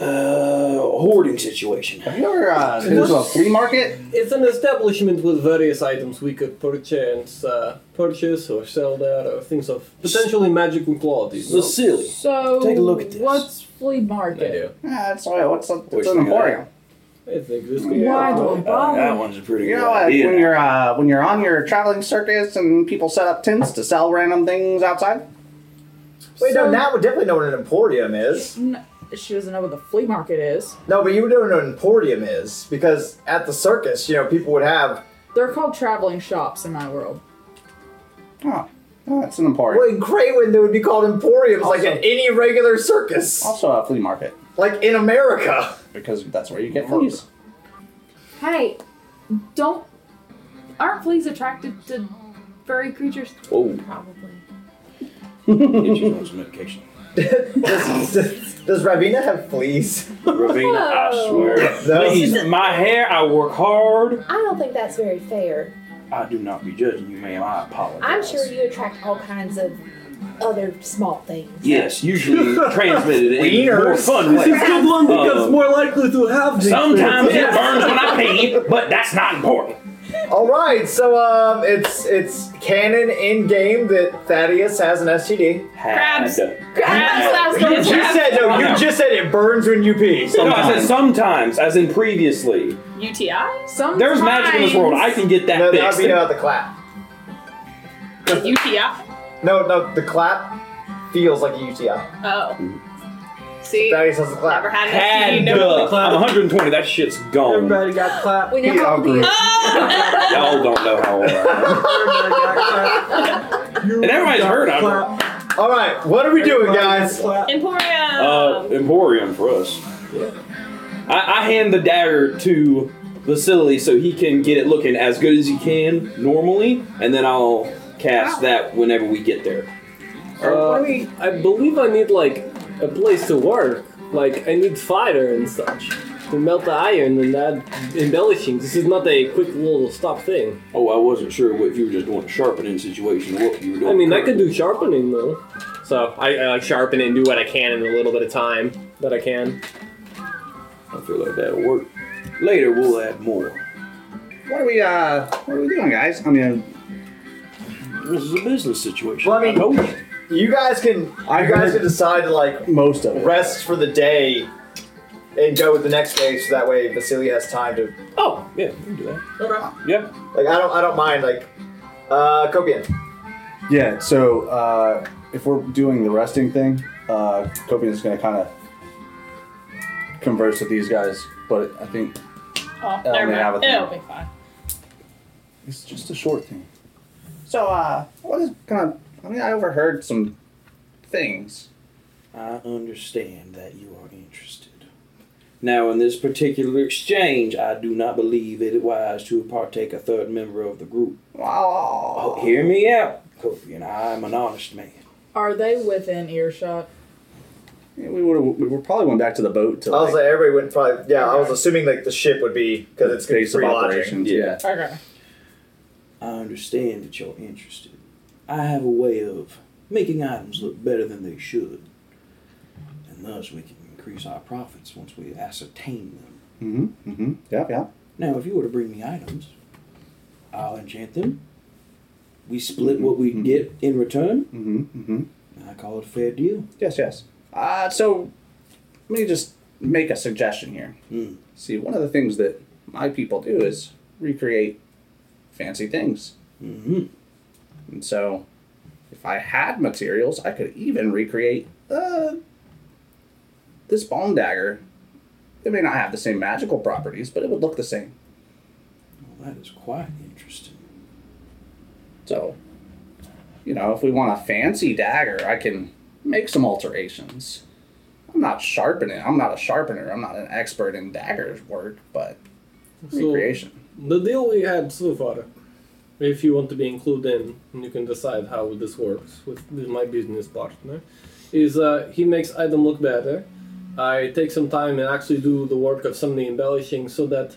Speaker 8: uh, hoarding situation.
Speaker 4: Have you ever uh, been to a flea market?
Speaker 2: It's an establishment with various items we could purchase, uh, purchase or sell there, or things of potentially magical qualities.
Speaker 8: Sicily.
Speaker 10: So
Speaker 8: Take a look at this.
Speaker 10: What's flea
Speaker 2: They
Speaker 10: market?
Speaker 2: do.
Speaker 4: Yeah, that's why. What's a,
Speaker 8: Wish
Speaker 4: it's an
Speaker 8: we could.
Speaker 4: Emporium?
Speaker 2: I think this
Speaker 4: Yeah.
Speaker 10: Why do I
Speaker 8: Oh, that
Speaker 10: bother?
Speaker 8: one's a pretty
Speaker 4: You
Speaker 8: good
Speaker 4: know, like
Speaker 8: idea.
Speaker 4: when you're uh, when you're on your traveling circus and people set up tents to sell random things outside.
Speaker 7: Wait, no,
Speaker 10: So-
Speaker 7: now we definitely know what an emporium is.
Speaker 10: N- she doesn't know what the flea market is.
Speaker 7: No, but you don't know what an emporium is because at the circus, you know, people would have
Speaker 10: They're called traveling shops in my world.
Speaker 4: Huh. Uh, it's an emporium.
Speaker 7: Well, in Graywind, they would be called emporiums, like in
Speaker 4: Also-
Speaker 7: any regular circus,
Speaker 4: Also a flea market
Speaker 7: like in America.
Speaker 4: because that's where you get fleas.
Speaker 12: Hey, don't. Aren't fleas attracted to furry creatures?
Speaker 8: Oh,
Speaker 12: Probably.
Speaker 8: get you on some medication.
Speaker 7: does, does, does Ravina have fleas?
Speaker 8: Ravina, I swear.
Speaker 7: No.
Speaker 8: Please, my hair, I work hard.
Speaker 5: I don't think that's very fair.
Speaker 8: I do not be judging you, ma'am. I apologize.
Speaker 5: I'm sure you attract all kinds of other small things.
Speaker 8: Yes, usually transmitted in
Speaker 7: Wieners.
Speaker 8: more fun ways.
Speaker 7: good
Speaker 8: one because
Speaker 2: Oh.
Speaker 8: more
Speaker 2: likely to have
Speaker 8: Sometimes it burns when I pee, but that's not important.
Speaker 7: All right, so um, it's it's canon in game that Thaddeus has an STD.
Speaker 8: Crabs.
Speaker 12: Crabs,
Speaker 7: You said no.
Speaker 8: I
Speaker 7: You
Speaker 8: know.
Speaker 7: just said it burns when you pee.
Speaker 8: No, I said sometimes, as in previously.
Speaker 3: UTI?
Speaker 10: Sometimes
Speaker 8: There's magic in this world. I can get that
Speaker 7: No, that
Speaker 8: fixed.
Speaker 7: would be about the clap.
Speaker 3: UTI?
Speaker 7: No, no, the clap feels like a UTI.
Speaker 3: Oh. See?
Speaker 7: Thaddeus has the clap.
Speaker 3: Never had an STD,
Speaker 8: Had
Speaker 3: no
Speaker 8: to. I'm 120. That shit's gone.
Speaker 2: Everybody got clapped.
Speaker 5: We know
Speaker 7: He
Speaker 5: how old
Speaker 7: outgrew
Speaker 5: he
Speaker 7: it.
Speaker 5: is.
Speaker 8: Y'all don't know how old I am.
Speaker 2: Everybody got clapped. You
Speaker 8: And everybody's
Speaker 2: got
Speaker 8: heard of it.
Speaker 2: clapped.
Speaker 7: All right, what are we doing,
Speaker 2: Everybody got
Speaker 7: guys?
Speaker 2: clapped.
Speaker 3: Emporium!
Speaker 8: Uh,
Speaker 3: Um,
Speaker 8: Emporium for us. I, I hand the dagger to Vasily so he can get it looking as good as he can normally, and then I'll cast that whenever we get there.
Speaker 2: Uh, I believe I need like a place to work. Like I need fire and such to melt the iron and add embellishings. This is not a quick little stop thing.
Speaker 8: Oh, I wasn't sure what if you were just doing a sharpening situation or what you were doing.
Speaker 2: I mean, I could do sharpening though. So I, I like sharpen it and do what I can in a little bit of time that I can.
Speaker 8: I feel like that'll work. Later, we'll add more.
Speaker 4: What are we uh? What are we doing, guys? I mean,
Speaker 8: This is a business situation.
Speaker 7: Well, I mean-
Speaker 8: told you.
Speaker 7: You guys can.
Speaker 4: I
Speaker 7: you guys
Speaker 4: heard-
Speaker 7: can decide to like
Speaker 4: most of it.
Speaker 7: rest for the day and go with the next day, so that way Vasily has time to.
Speaker 8: Oh, yeah, we can do that. Okay. Yeah.
Speaker 7: Like I don't. I don't mind. Like, uh, Copian.
Speaker 4: Yeah, so uh, if we're doing the resting thing, uh, Copian is going to kind of converse with these guys, but I think
Speaker 3: oh,
Speaker 4: I'll
Speaker 3: never
Speaker 4: only have a
Speaker 3: mind.
Speaker 4: thing.
Speaker 3: It'll be fine.
Speaker 4: it's just a short thing. So, uh, what is kind of. I mean, I overheard some things.
Speaker 8: I understand that you are interested. Now, in this particular exchange, I do not believe it wise to partake a third member of the group.
Speaker 4: Wow.
Speaker 8: Oh, hear me out, Kofi, and I am an honest man.
Speaker 10: Are they within earshot?
Speaker 4: Yeah, we would we were probably went back to the boat to
Speaker 7: I was
Speaker 4: like,
Speaker 7: like, everybody would probably. Yeah, I was assuming like the ship would be because it's gonna be
Speaker 4: base of
Speaker 7: free lodging.
Speaker 4: operations.
Speaker 8: Yeah.
Speaker 10: Okay.
Speaker 8: I understand that you're interested. I have a way of making items look better than they should, and thus we can increase our profits once we ascertain them.
Speaker 4: Mm-hmm. Mm-hmm. Yeah, yeah.
Speaker 8: Now, if you were to bring me items, I'll enchant them. We split what we get in return,
Speaker 4: Mm-hmm. Mm-hmm.
Speaker 8: and I call it a fair deal.
Speaker 4: Yes, yes. Uh, so, let me just make a suggestion here.
Speaker 7: Hmm.
Speaker 8: Mm.
Speaker 4: See, one of the things that my people do is recreate fancy things.
Speaker 8: Mm-hmm.
Speaker 4: And so, if I had materials, I could even recreate uh, this bone dagger. It may not have the same magical properties, but it would look the same.
Speaker 8: Well, that is quite interesting.
Speaker 4: So, you know, if we want a fancy dagger, I can make some alterations. I'm not sharpening. I'm not a sharpener. I'm not an expert in daggers work, but recreation.
Speaker 2: the deal we had so far, if you want to be included in, and you can decide how this works with, with my business partner, is uh, he makes item look better. I take some time and actually do the work of some of the embellishing so that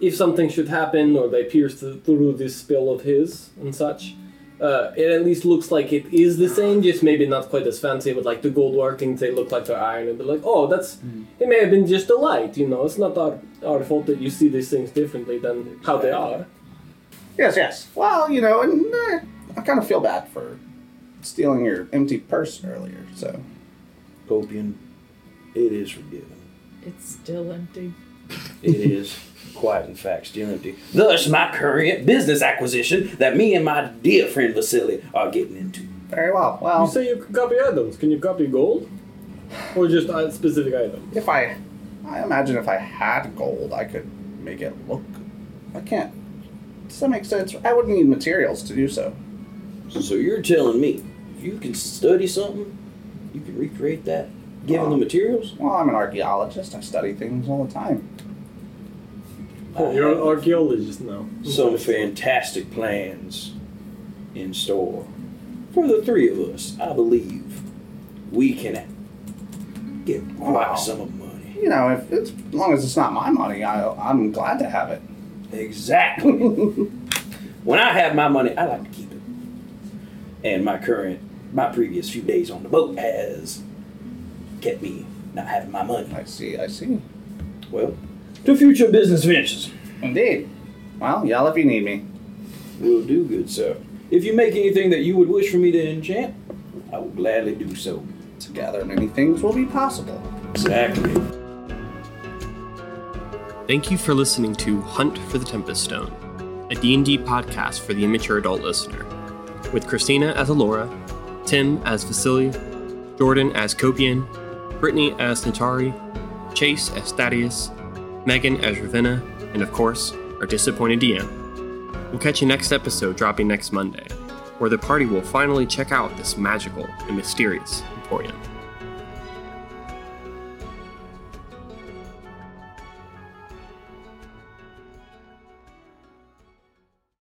Speaker 2: if something should happen or they pierce th- through this spell of his and such, uh, it at least looks like it is the same, just maybe not quite as fancy, but like the gold work things, they look like they're iron and be like, oh, that's
Speaker 13: Hmm.
Speaker 2: it may have been just a light, you know. It's not our, our fault that you see these things differently than how they are.
Speaker 4: Yes, yes. Well, you know, and eh, I kind of feel bad for stealing your empty purse earlier. So
Speaker 8: Copian, it is forgiven.
Speaker 10: It's still empty.
Speaker 8: It is quite, in fact, still empty. Thus, my current business acquisition that me and my dear friend Vasily are getting into.
Speaker 4: very well.
Speaker 2: You
Speaker 4: Well,
Speaker 2: say you can copy items. Can you copy gold? Or just a specific item?
Speaker 4: if I, I imagine if I had gold, I could make it look. I can't. Does that make sense? I would need materials to do so.
Speaker 8: So you're telling me if you can study something, you can recreate that, given the materials?
Speaker 4: Well, I'm an archaeologist. I study things all the time.
Speaker 13: You're an archaeologist now.
Speaker 8: Some fantastic plans in store for the three of us. I believe we can get quite
Speaker 4: Wow.
Speaker 8: some of money.
Speaker 4: You know, if it's, as long as it's not my money, I, I'm glad to have it.
Speaker 8: Exactly. when I have my money, I like to keep it. And my current, my previous few days on the boat has kept me not having my money.
Speaker 4: I see. I see.
Speaker 8: Well, to future business ventures.
Speaker 4: Indeed. Well, yell if you need me.
Speaker 8: Will do, good sir. If you make anything that you would wish for me to enchant, I will gladly do so.
Speaker 4: Together, many things will be possible.
Speaker 8: Exactly.
Speaker 1: Thank you for listening to Hunt for the Tempest Stone, a D&D podcast for the immature adult listener, with Christina as Alora, Tim as Vasily, Jordan as Copian, Brittany as Natari, Chase as Thaddeus, Megan as Ravenna, and of course, our disappointed DM. We'll catch you next episode dropping next Monday, where the party will finally check out this magical and mysterious emporium.